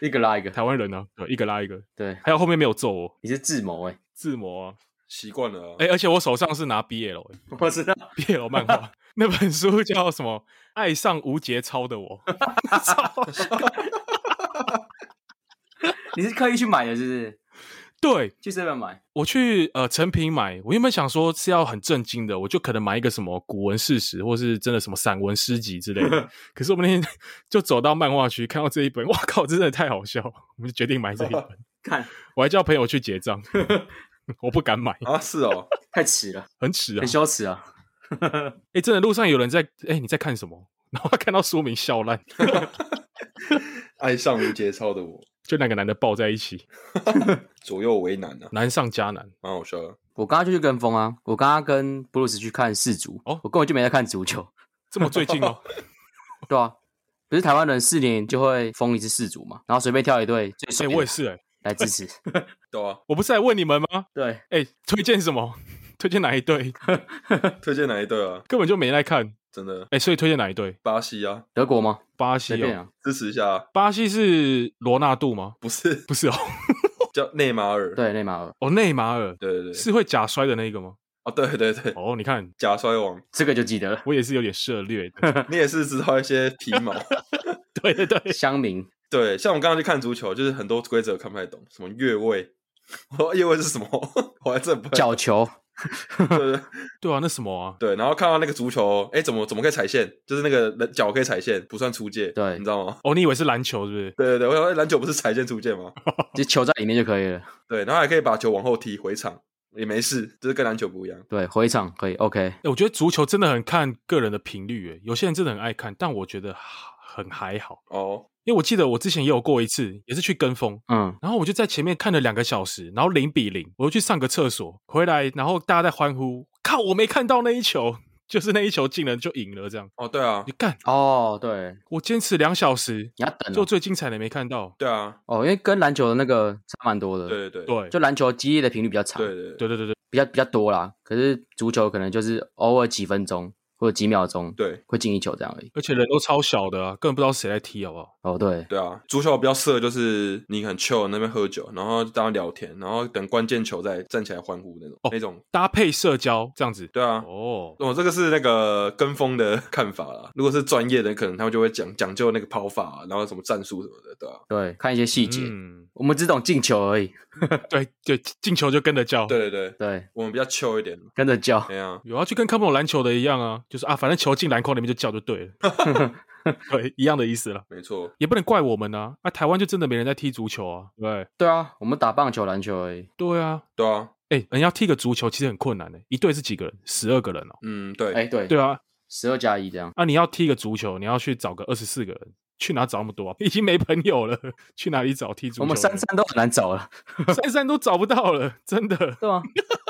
Speaker 3: 一个拉一个，
Speaker 2: 台湾人啊，对，一个拉一个，
Speaker 3: 对，
Speaker 2: 还有后面没有揍我，
Speaker 3: 你是智谋哎，
Speaker 2: 自魔啊，
Speaker 1: 习惯了、啊，
Speaker 2: 哎、而且我手上是拿 BL 欸、
Speaker 3: 我知道，
Speaker 2: BL 漫画那本书叫什么？爱上无节操的我，
Speaker 3: 你是刻意去买的，是不是？
Speaker 2: 对
Speaker 3: 去 seven 买，
Speaker 2: 我去呃成品买，我原本想说是要很震惊的，我就可能买一个什么古文事实，或是真的什么散文诗集之类的。可是我们那天就走到漫画区，看到这一本，哇靠，真的太好笑，我们就决定买这一本。
Speaker 3: 看
Speaker 2: 我还叫朋友去结账，我不敢买，
Speaker 1: 啊，是哦，
Speaker 3: 太迟了，
Speaker 2: 很耻啊
Speaker 3: 很！羞耻啊！
Speaker 2: 哎、真的路上有人在，哎、你在看什么？ 然后看到书名笑烂，
Speaker 1: 爱上无节操的我，
Speaker 2: 就两个男的抱在一起，
Speaker 1: 左右为难啊，
Speaker 2: 难上加难。
Speaker 1: 蛮好笑的。
Speaker 3: 我刚刚就去跟风啊，我刚刚跟布鲁斯去看世足，
Speaker 2: 哦
Speaker 3: 我根本就没在看足球，
Speaker 2: 这么最近 哦，
Speaker 3: 对啊，不是台湾人四年就会封一次世足嘛，然后随便挑一队最
Speaker 2: 哎、
Speaker 3: 帅
Speaker 2: 我也
Speaker 3: 的
Speaker 2: 是哎、
Speaker 3: 来支持，
Speaker 1: 对啊，
Speaker 2: 我不是来问你们吗？
Speaker 3: 对，
Speaker 2: 哎、推荐什么？ 推荐哪一队？
Speaker 1: 推荐哪一队啊？
Speaker 2: 根本就没来看。
Speaker 1: 真的，
Speaker 2: 哎、所以推荐哪一队？
Speaker 1: 巴西啊，
Speaker 3: 德国吗？
Speaker 2: 巴
Speaker 3: 随
Speaker 2: 西
Speaker 3: 便
Speaker 2: 哦，
Speaker 3: 啊，
Speaker 1: 支持一下啊，
Speaker 2: 巴西是罗纳度吗？
Speaker 1: 不是
Speaker 2: 不是哦，
Speaker 1: 叫内马尔？
Speaker 3: 对，内马尔
Speaker 2: 哦，内马尔
Speaker 1: 对对对，
Speaker 2: 是会假摔的那个吗？
Speaker 1: 哦，对对对，
Speaker 2: 哦，你看
Speaker 1: 假摔王，
Speaker 3: 这个就记得了，
Speaker 2: 我也是有点涉略 的。
Speaker 1: 你也是知道一些皮毛。
Speaker 2: 对对对，
Speaker 3: 乡民
Speaker 1: 对，像我刚刚去看足球，就是很多规则看不太懂，什么越位，我越位是什么？ 我还真不太
Speaker 3: 角球，
Speaker 1: 对对对
Speaker 2: 对啊，那什么啊？
Speaker 1: 对，然后看到那个足球，哎，怎么怎么可以踩线？就是那个人脚可以踩线，不算出界，
Speaker 3: 对
Speaker 1: 你知道吗？
Speaker 2: 哦，你以为是篮球是不是？
Speaker 1: 对对对，我想说诶篮球不是踩线出界吗？
Speaker 3: 就球在里面就可以了。
Speaker 1: 对，然后还可以把球往后踢回场，也没事，就是跟篮球不一样。
Speaker 3: 对，回场可以，OK，
Speaker 2: 哎、我觉得足球真的很看个人的频率，哎，有些人真的很爱看，但我觉得很还好，
Speaker 1: 哦，
Speaker 2: 因为我记得我之前也有过一次，也是去跟风，
Speaker 3: 嗯，
Speaker 2: 然后我就在前面看了两个小时，然后零比零，我又去上个厕所，回来然后大家在欢呼，靠，我没看到那一球， 就是那一球进了就赢了，这样
Speaker 1: 哦，对啊
Speaker 2: 你，干，
Speaker 3: 哦，对，
Speaker 2: 我坚持两小时，
Speaker 3: 你要等
Speaker 2: 就
Speaker 3: 哦，
Speaker 2: 最精彩的没看到，
Speaker 1: 对啊，
Speaker 3: 哦因为跟篮球的那个差蛮多的，，
Speaker 1: 对对对
Speaker 2: 对，
Speaker 3: 就篮球激烈的频率比较长，
Speaker 1: 对对
Speaker 2: 对对对对，
Speaker 3: 比较比较多啦。可是足球可能就是偶尔几分钟或者几秒钟
Speaker 1: 对
Speaker 3: 会进一球这样而已。
Speaker 2: 而且人都超小的、啊，根本不知道谁在踢，好不好？
Speaker 3: 哦，对，
Speaker 1: 对啊，足球比较适合就是你很 chill 那边喝酒，然后大家聊天，然后等关键球再站起来欢呼那种、那种。
Speaker 2: 搭配社交这样子，
Speaker 1: 对啊，
Speaker 2: 哦，
Speaker 1: 我、这个是那个跟风的 看法啦。如果是专业的，可能他们就会讲讲究那个跑法，啊然后什么战术什么的，对啊，
Speaker 3: 对，看一些细节，
Speaker 2: 嗯，
Speaker 3: 我们只懂进球而已。
Speaker 2: 对对，进球就跟着叫，
Speaker 1: 对对对，
Speaker 3: 对，
Speaker 1: 我们比较 chill 一点，
Speaker 3: 跟着叫，
Speaker 1: 哎呀、
Speaker 2: 有啊，就跟看不懂篮球的一样啊，就是啊，反正球进篮筐里面就叫就对了， 对，一样的意思了。
Speaker 1: 没错，
Speaker 2: 也不能怪我们啊，啊，台湾就真的没人在踢足球啊，对
Speaker 3: 对啊，我们打棒球、篮球而已。
Speaker 2: 对啊，
Speaker 1: 对啊，
Speaker 2: 哎、人要踢个足球其实很困难的、一队是几个人？十二个人哦。
Speaker 1: 嗯，对，
Speaker 3: 哎，对，
Speaker 2: 对啊，
Speaker 3: 十二加一这样，
Speaker 2: 啊，你要踢个足球，你要去找个二十四个人，去哪找那么多 啊？已经没朋友了，去哪里找踢足球
Speaker 3: 我
Speaker 2: 的
Speaker 3: 们
Speaker 2: 人？
Speaker 3: 三三都很难找了，
Speaker 2: 三三都找不到了，真的
Speaker 3: 对吗？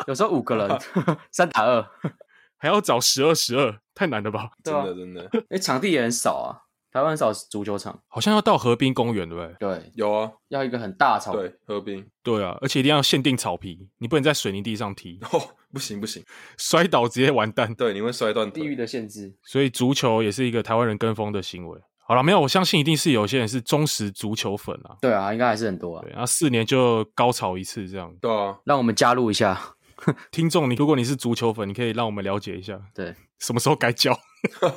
Speaker 3: 有时候五个人，三打二，
Speaker 2: 还要找十二十二，太难了吧？
Speaker 3: 对
Speaker 1: 真
Speaker 3: 啊
Speaker 1: 的，真的
Speaker 3: 因为场地也很少啊，台湾很少足球场，
Speaker 2: 好像要到河滨公园，对不对？
Speaker 3: 对，
Speaker 1: 有啊，
Speaker 3: 要一个很大的场，
Speaker 1: 对，河滨
Speaker 2: 对啊，而且一定要限定草皮，你不能在水泥地上 踢，
Speaker 1: 哦，不行不行，
Speaker 2: 摔倒直接完蛋。
Speaker 1: 对，你会摔断
Speaker 3: 地域
Speaker 1: 腿，
Speaker 3: 的限制，
Speaker 2: 所以足球也是一个台湾人跟风的行为。好了，没有，我相信一定是有些人是忠实足球粉啊，
Speaker 3: 对啊，应该还是很多啊
Speaker 2: 对，，然后四年就高潮一次这样。
Speaker 1: 对啊，
Speaker 3: 让我们加入一下，
Speaker 2: 听众，你如果你是足球粉，你可以让我们了解一下
Speaker 3: 对，
Speaker 2: 什么时候该叫。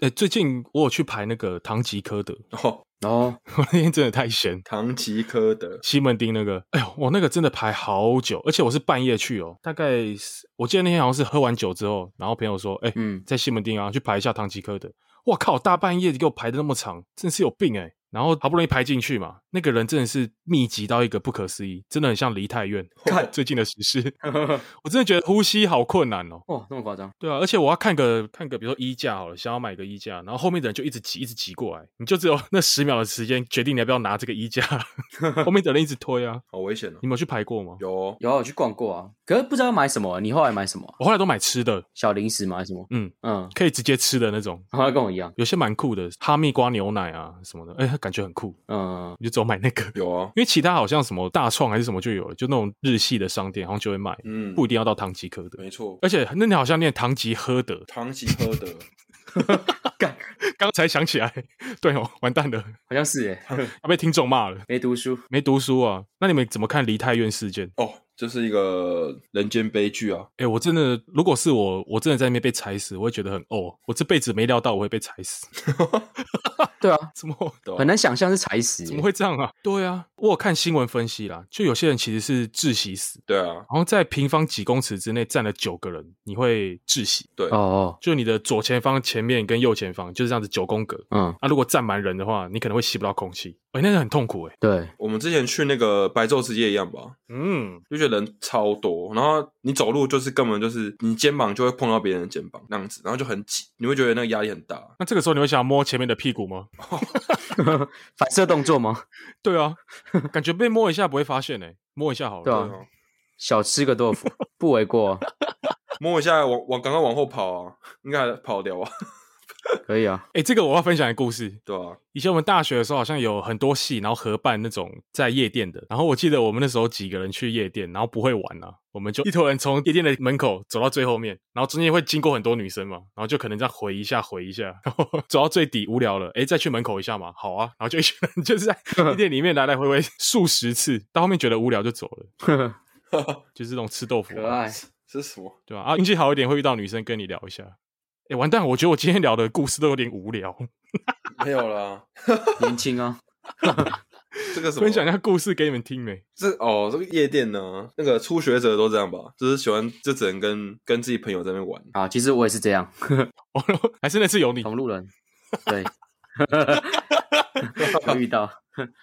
Speaker 2: 哎、最近我有去排那个唐吉诃德，
Speaker 1: 哦，
Speaker 3: 然后
Speaker 2: 我那天真的太闲。
Speaker 1: 唐吉诃德，
Speaker 2: 西门町那个，哎呦，我那个真的排好久，而且我是半夜去哦，大概是我记得那天好像是喝完酒之后，然后朋友说，哎、
Speaker 3: 嗯，
Speaker 2: 在西门町啊，去排一下唐吉诃德。我靠，大半夜给我排的那么长，真是有病哎、然后好不容易排进去嘛，那个人真的是密集到一个不可思议，真的很像梨泰院。
Speaker 1: 看
Speaker 2: 最近的时事，我真的觉得呼吸好困难哦。
Speaker 3: 哇，那么夸张，
Speaker 2: 对啊，而且我要看个看个，比如说衣架好了，想要买个衣架，然后后面的人就一直挤，一直挤过来，你就只有 那十秒的时间决定你要不要拿这个衣架，后面的人一直推啊。
Speaker 1: 好危险哦
Speaker 2: 你，们有去排过吗？
Speaker 1: 有哦
Speaker 3: 有啊我去逛过啊，可是不知道买什么，你后来买什么啊？
Speaker 2: 我后来都买吃的，
Speaker 3: 小零食买什么？
Speaker 2: 嗯
Speaker 3: 嗯，
Speaker 2: 可以直接吃的那种，
Speaker 3: 好像跟我一样，
Speaker 2: 有些蛮酷的，哈密瓜牛奶啊什么的，哎、感觉很酷，
Speaker 3: 嗯，
Speaker 2: 你就只有买那个。
Speaker 1: 有啊，
Speaker 2: 因为其他好像什么大创还是什么就有了，就那种日系的商店好像就会卖，
Speaker 1: 嗯，
Speaker 2: 不一定要到唐吉诃德。
Speaker 1: 没错，
Speaker 2: 而且那天好像念唐吉诃德，
Speaker 1: 唐吉诃德，
Speaker 2: 刚才想起来，对哦，完蛋了，
Speaker 3: 好像是耶，
Speaker 2: 要被听众骂了，
Speaker 3: 没读 书，
Speaker 2: 没读书啊。那你们怎么看梨泰院事件？
Speaker 1: 哦，这是一个人间悲剧啊，
Speaker 2: 哎，我真的，如果是我，我真的在那边被踩死，我会觉得很哦，我这辈子没料到我会被踩死。
Speaker 3: 对啊，
Speaker 2: 怎么
Speaker 1: 对吧
Speaker 3: 很难想象是踩死、
Speaker 2: 怎么会这样啊？对啊，我有看新闻分析啦，就有些人其实是窒息死，
Speaker 1: 对啊，
Speaker 2: 然后在平方几公尺之内站了九个人，你会窒息。
Speaker 1: 对
Speaker 3: 欸？哦，
Speaker 2: 就你的左前方、前面跟右前方就是这样子九宫格。
Speaker 3: 嗯，
Speaker 2: 啊，如果站满人的话，你可能会吸不到空气，哎、那个很痛苦哎、
Speaker 3: 对，
Speaker 1: 我们之前去那个白昼之夜一样吧，
Speaker 2: 嗯，
Speaker 1: 就觉得人超多，然后你走路就是根本就是你肩膀就会碰到别人的肩膀那样子，然后就很挤，你会觉得那个压力很大。
Speaker 2: 那这个时候你会想要摸前面的屁股吗？
Speaker 3: 反射动作吗？
Speaker 2: 对啊， 感觉被摸一下不会发现哎、摸一下好了。
Speaker 3: 对啊
Speaker 1: 对啊
Speaker 3: 小吃个豆腐不为过啊，
Speaker 1: 摸一下往往赶快往后跑啊，应该还跑掉啊，
Speaker 3: 可以啊。
Speaker 2: 哎、这个我要分享一个故事。
Speaker 1: 对啊，
Speaker 2: 以前我们大学的时候，好像有很多系，然后合办那种在夜店的。然后我记得我们那时候几个人去夜店，然后不会玩啊，我们就一坨人从夜店的门口走到最后面，然后中间会经过很多女生嘛，然后就可能这样回一下回一下，然后 走到最底无聊了，哎，再去门口一下嘛，好啊，然后就一群人 就是在夜店里面来来回回数十次，到后面觉得无聊就走了，就是这种吃豆腐啊、
Speaker 3: 可爱，
Speaker 1: 这是什么？
Speaker 2: 对吧、啊？运气好一点会遇到女生跟你聊一下。哎，完蛋！我觉得我今天聊的故事都有点无聊，
Speaker 1: 没有啦，
Speaker 3: 年轻啊，
Speaker 1: 这个什么？
Speaker 2: 分享一下故事给你们听没？
Speaker 1: 这哦，这个夜店呢，那个初学者都这样吧，就是喜欢就只能跟跟自己朋友在那边玩。
Speaker 3: 啊，其实我也是这样，
Speaker 2: 哦，还是那次有你，
Speaker 3: 同路人， 对，有遇到，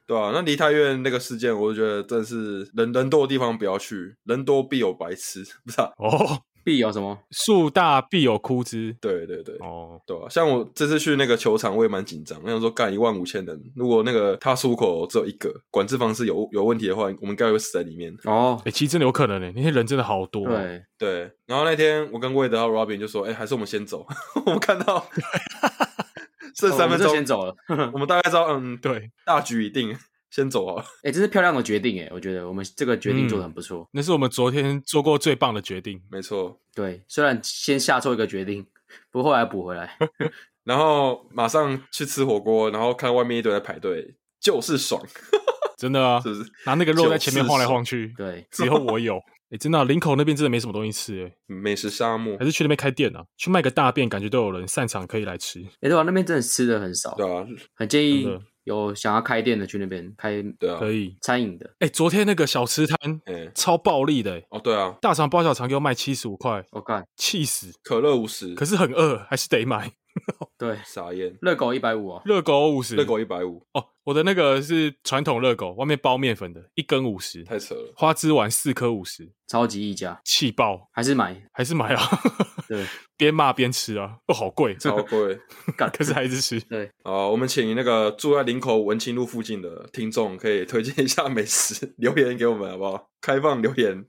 Speaker 1: 对啊，那梨泰院那个事件，我就觉得真的是人人多的地方不要去，人多必有白痴， 不是、啊？
Speaker 2: 哦，
Speaker 3: 必有什么？
Speaker 2: 树大必有枯枝。
Speaker 1: 对对对，
Speaker 2: 哦，
Speaker 1: 对啊，像我这次去那个球场，我也蛮紧张，我想说干一万五千人，如果那个他出口只有一个，管制方式有有问题的话，我们应该会死在里面。
Speaker 3: 哦
Speaker 2: 哎、，其实真的有可能呢，那些人真的好多、哦。，
Speaker 3: 对，
Speaker 1: 对，然后那天我跟魏德还有 Robin 就说，哎、还是我们先走。 我们看 到这
Speaker 3: 哦
Speaker 1: 三
Speaker 3: 我们
Speaker 1: 分
Speaker 3: 就
Speaker 1: 钟，
Speaker 3: 先走了。
Speaker 1: 我们大概知道，嗯，
Speaker 2: 对，
Speaker 1: 大局已定，先走好了。
Speaker 3: 哎，这是漂亮的决定哎，我觉得我们这个决定
Speaker 1: 嗯
Speaker 3: 做的很不错。
Speaker 2: 那是我们昨天做过最棒的决定。
Speaker 1: 没错，
Speaker 3: 对，虽然先下错一个决定，不过后来补回 来。
Speaker 1: 然后马上去吃火锅，然后看外面一堆人在排队，就是爽，
Speaker 2: 真的啊，
Speaker 1: 是不是？
Speaker 2: 拿那个肉在前面晃来晃去，
Speaker 3: 对，
Speaker 2: 只有我有。哎、真的啊、林口那边真的没什么东西吃，哎，
Speaker 1: 美食沙漠
Speaker 2: 还，是去那边开店啊，去卖个大便，感觉都有人擅长可以来吃。
Speaker 3: 哎，对啊，那边真的吃的很少，
Speaker 1: 对啊，
Speaker 3: 很建议
Speaker 2: 真的
Speaker 3: 有想要开店的去那边开
Speaker 1: 对啊，
Speaker 2: 可以，
Speaker 3: 餐饮的。
Speaker 2: 哎、昨天那个小吃摊
Speaker 1: 哎、
Speaker 2: 超暴利的，哎
Speaker 1: 哦，对啊，
Speaker 2: 大肠包小肠给我卖七十五块，
Speaker 3: 我看，
Speaker 2: 气死！
Speaker 1: 可乐五十，
Speaker 2: 可是很饿，还是得买。
Speaker 3: 对，
Speaker 1: 傻眼，
Speaker 3: 热狗一百五哦，
Speaker 2: 热狗五十，
Speaker 1: 热狗一百五，
Speaker 2: 哦，我的那个是传统热狗，外面包面粉的，一根五十，
Speaker 1: 太扯 了。
Speaker 2: 花枝丸四颗五十，
Speaker 3: 超级溢价，
Speaker 2: 气爆，
Speaker 3: 还是买。
Speaker 2: 还是买啊，
Speaker 3: 对，
Speaker 2: 边骂边吃啊，哦，好贵，
Speaker 1: 超贵
Speaker 3: 干
Speaker 2: 可是还是吃。
Speaker 3: 对，
Speaker 1: 啊！我们请那个住在林口文清路附近的听众，可以推荐一下美食，留言给我们好不好？开放留言。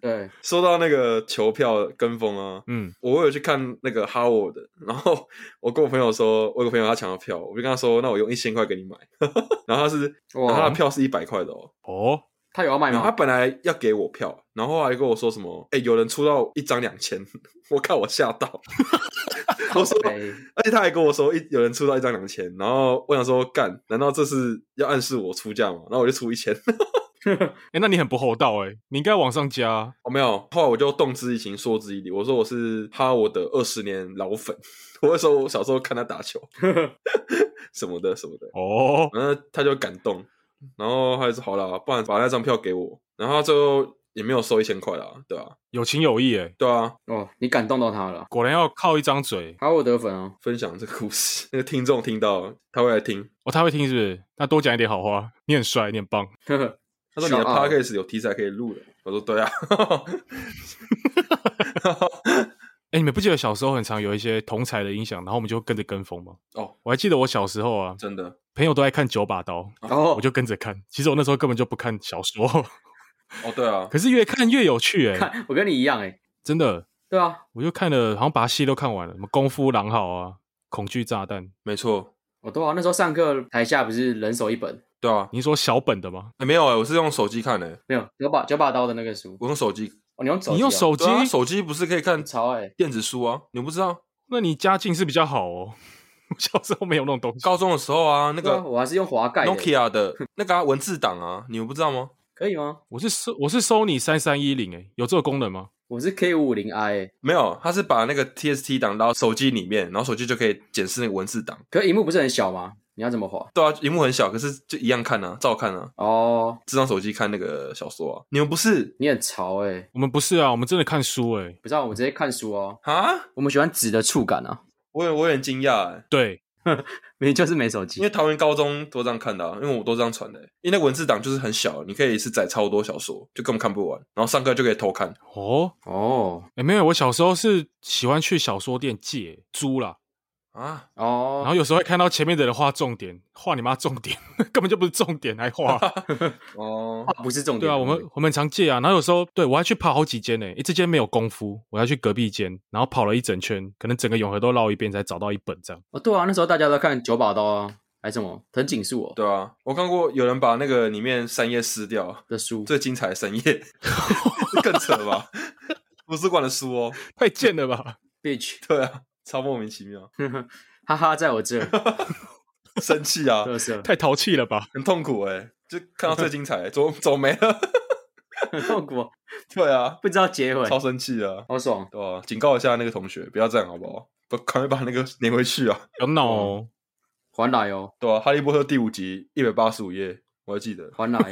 Speaker 3: 对，
Speaker 1: 说到那个球票跟风啊，
Speaker 2: 嗯，
Speaker 1: 我有去看那个哈沃的，然后我跟我朋友说，我有个朋友他抢到票，我就跟他说，那我用一千块给你买， 然后他是，然后他
Speaker 3: 哇
Speaker 1: 的，票是一百块的哦，
Speaker 2: 哦，
Speaker 3: 他有要卖
Speaker 1: 然后他
Speaker 3: 吗？
Speaker 1: 本来要给我票，然后后来跟我说什么，哎、有人出到一张两千， 我看我吓到， 我说，
Speaker 3: 对，
Speaker 1: 而且他还跟我说一有人出到一张两千，然后我想说，干，难道这是要暗示我出价吗？然后我就出一千，
Speaker 2: 哎，那你很不厚道哎，你应该往上加啊。
Speaker 1: 哦，没有，后来我就动之以情，说之以理，我说我是哈我的二十年老粉， 我会说我小时候看他打 球什么的什么的，
Speaker 2: 哦，
Speaker 1: 然后他就感动，然后他就说好啦，不然把那张票给我，然后他最后也没有收一千块啦，对啊，
Speaker 2: 有情有义哎，
Speaker 1: 对啊，
Speaker 3: 哦，你感动到他了，
Speaker 2: 果然要靠一张嘴。
Speaker 3: 哈沃德粉哦，
Speaker 1: 分享这个故事， 那个听众听到他会来听，
Speaker 2: 哦，他会听是不是？那多讲一点好话，你很帅，你很棒。
Speaker 3: 呵呵，
Speaker 1: 他说你的
Speaker 3: Shout out
Speaker 1: podcast 有题材可以录的，我说对啊，
Speaker 2: 哎，你们不记得小时候很常有一些同才的影响，然后我们就跟着跟风吗？
Speaker 1: 哦，
Speaker 2: 我还记得我小时候啊，
Speaker 1: 真的
Speaker 2: 朋友都爱看九把刀，
Speaker 3: 哦，
Speaker 2: 我就跟着看。其实我那时候根本就不看小说，
Speaker 1: 哦，对啊，
Speaker 2: 可是越看越有趣哎、
Speaker 3: 看，我跟你一样哎，
Speaker 2: 真的，
Speaker 3: 对啊，
Speaker 2: 我就看了，好像把戏都看完了，什么《功夫狼嚎》啊，《恐惧炸弹》。
Speaker 1: 没错，
Speaker 3: 我都啊，那时候上课台下不是人手一本，
Speaker 1: 对啊，
Speaker 2: 你说小本的吗？
Speaker 1: 欸没有哎、我是用手机看的、
Speaker 3: 没有九把九把刀的那个书，
Speaker 1: 我用手机
Speaker 3: 哦，你用手机哦，
Speaker 2: 你用手机，
Speaker 1: 对啊，手机不是可以看
Speaker 3: 超哎，
Speaker 1: 电子书啊？你不知道？
Speaker 2: 那你家境是比较好哦。 我小时候没有那种东西。
Speaker 1: 高中的时候啊，那
Speaker 3: 对啊，
Speaker 1: 个
Speaker 3: 我还是用滑盖的，
Speaker 1: Nokia 的那个啊、文字档啊，你们不知道吗？
Speaker 3: 可以吗？
Speaker 2: 我是收我是收你三三一零哎，有这个功能吗？
Speaker 3: 我是 K 五五零 I，欸
Speaker 1: 没有，它是把那个 TST 档拉到手机里面，然后手机就可以检视那个文字档。
Speaker 3: 可是荧幕不是很小吗？你要怎么滑？
Speaker 1: 对啊，荧幕很小，可是就一样看啊，照看啊，
Speaker 3: 哦，
Speaker 1: 智障手机看那个小说啊。你们不是
Speaker 3: 你很潮哎、
Speaker 2: 我们不是啊，我们真的看书诶、
Speaker 3: 不知道我们直接看书哦，
Speaker 1: 啊？
Speaker 3: 我们喜欢纸的触感啊，
Speaker 1: 我有我有点惊讶哎，
Speaker 2: 对，
Speaker 3: 明明就是没手
Speaker 1: 因
Speaker 3: 机
Speaker 1: 为桃园高中都这样看的、啊，因为我都这样传的欸、因为那文字档就是很小，你可以是载超多小说，就根本看不完，然后上课就可以偷看。
Speaker 2: 哦，
Speaker 3: 哦
Speaker 2: 哎、没有，我小时候是喜欢去小说店借租啦，
Speaker 1: 啊，
Speaker 3: 哦，
Speaker 2: 然后有时候会看到前面的人画重点，画你妈重点， 根本就不是重点，还画。
Speaker 1: 哦，
Speaker 3: 啊不是重点，
Speaker 2: 对啊，我们我们很常借啊，然后有时候对我还去跑好几间呢、一这间没有功夫，我要去隔壁间，然后跑了一整圈，可能整个永和都绕一遍才找到一本这样。
Speaker 3: 哦对啊，那时候大家都看九把刀啊，还什么藤井树哦
Speaker 1: 对啊，我看过有人把那个里面三页撕掉，
Speaker 3: 的书，
Speaker 1: 最精彩的 三页，更扯吧？ 图书馆的书哦，
Speaker 2: 太贱了 吧！
Speaker 3: bitch，
Speaker 1: 对啊，超莫名其妙，
Speaker 3: 哈哈，在我这儿，
Speaker 1: 生气啊，
Speaker 3: 特色，
Speaker 2: 太淘气了吧！
Speaker 1: 很痛苦哎、就看到最精彩、走走没了，
Speaker 3: 很痛苦哦，
Speaker 1: 对啊，
Speaker 3: 不知道结尾，
Speaker 1: 超生气啊，
Speaker 3: 好爽，
Speaker 1: 对啊，警告一下那个同学，不要这样好不好？不，赶快把那个粘回去啊！
Speaker 2: 不要闹哦，
Speaker 3: 还来哦，
Speaker 1: 对啊，《哈利波特》第五集一百八十五页，我还记得。
Speaker 3: 还来，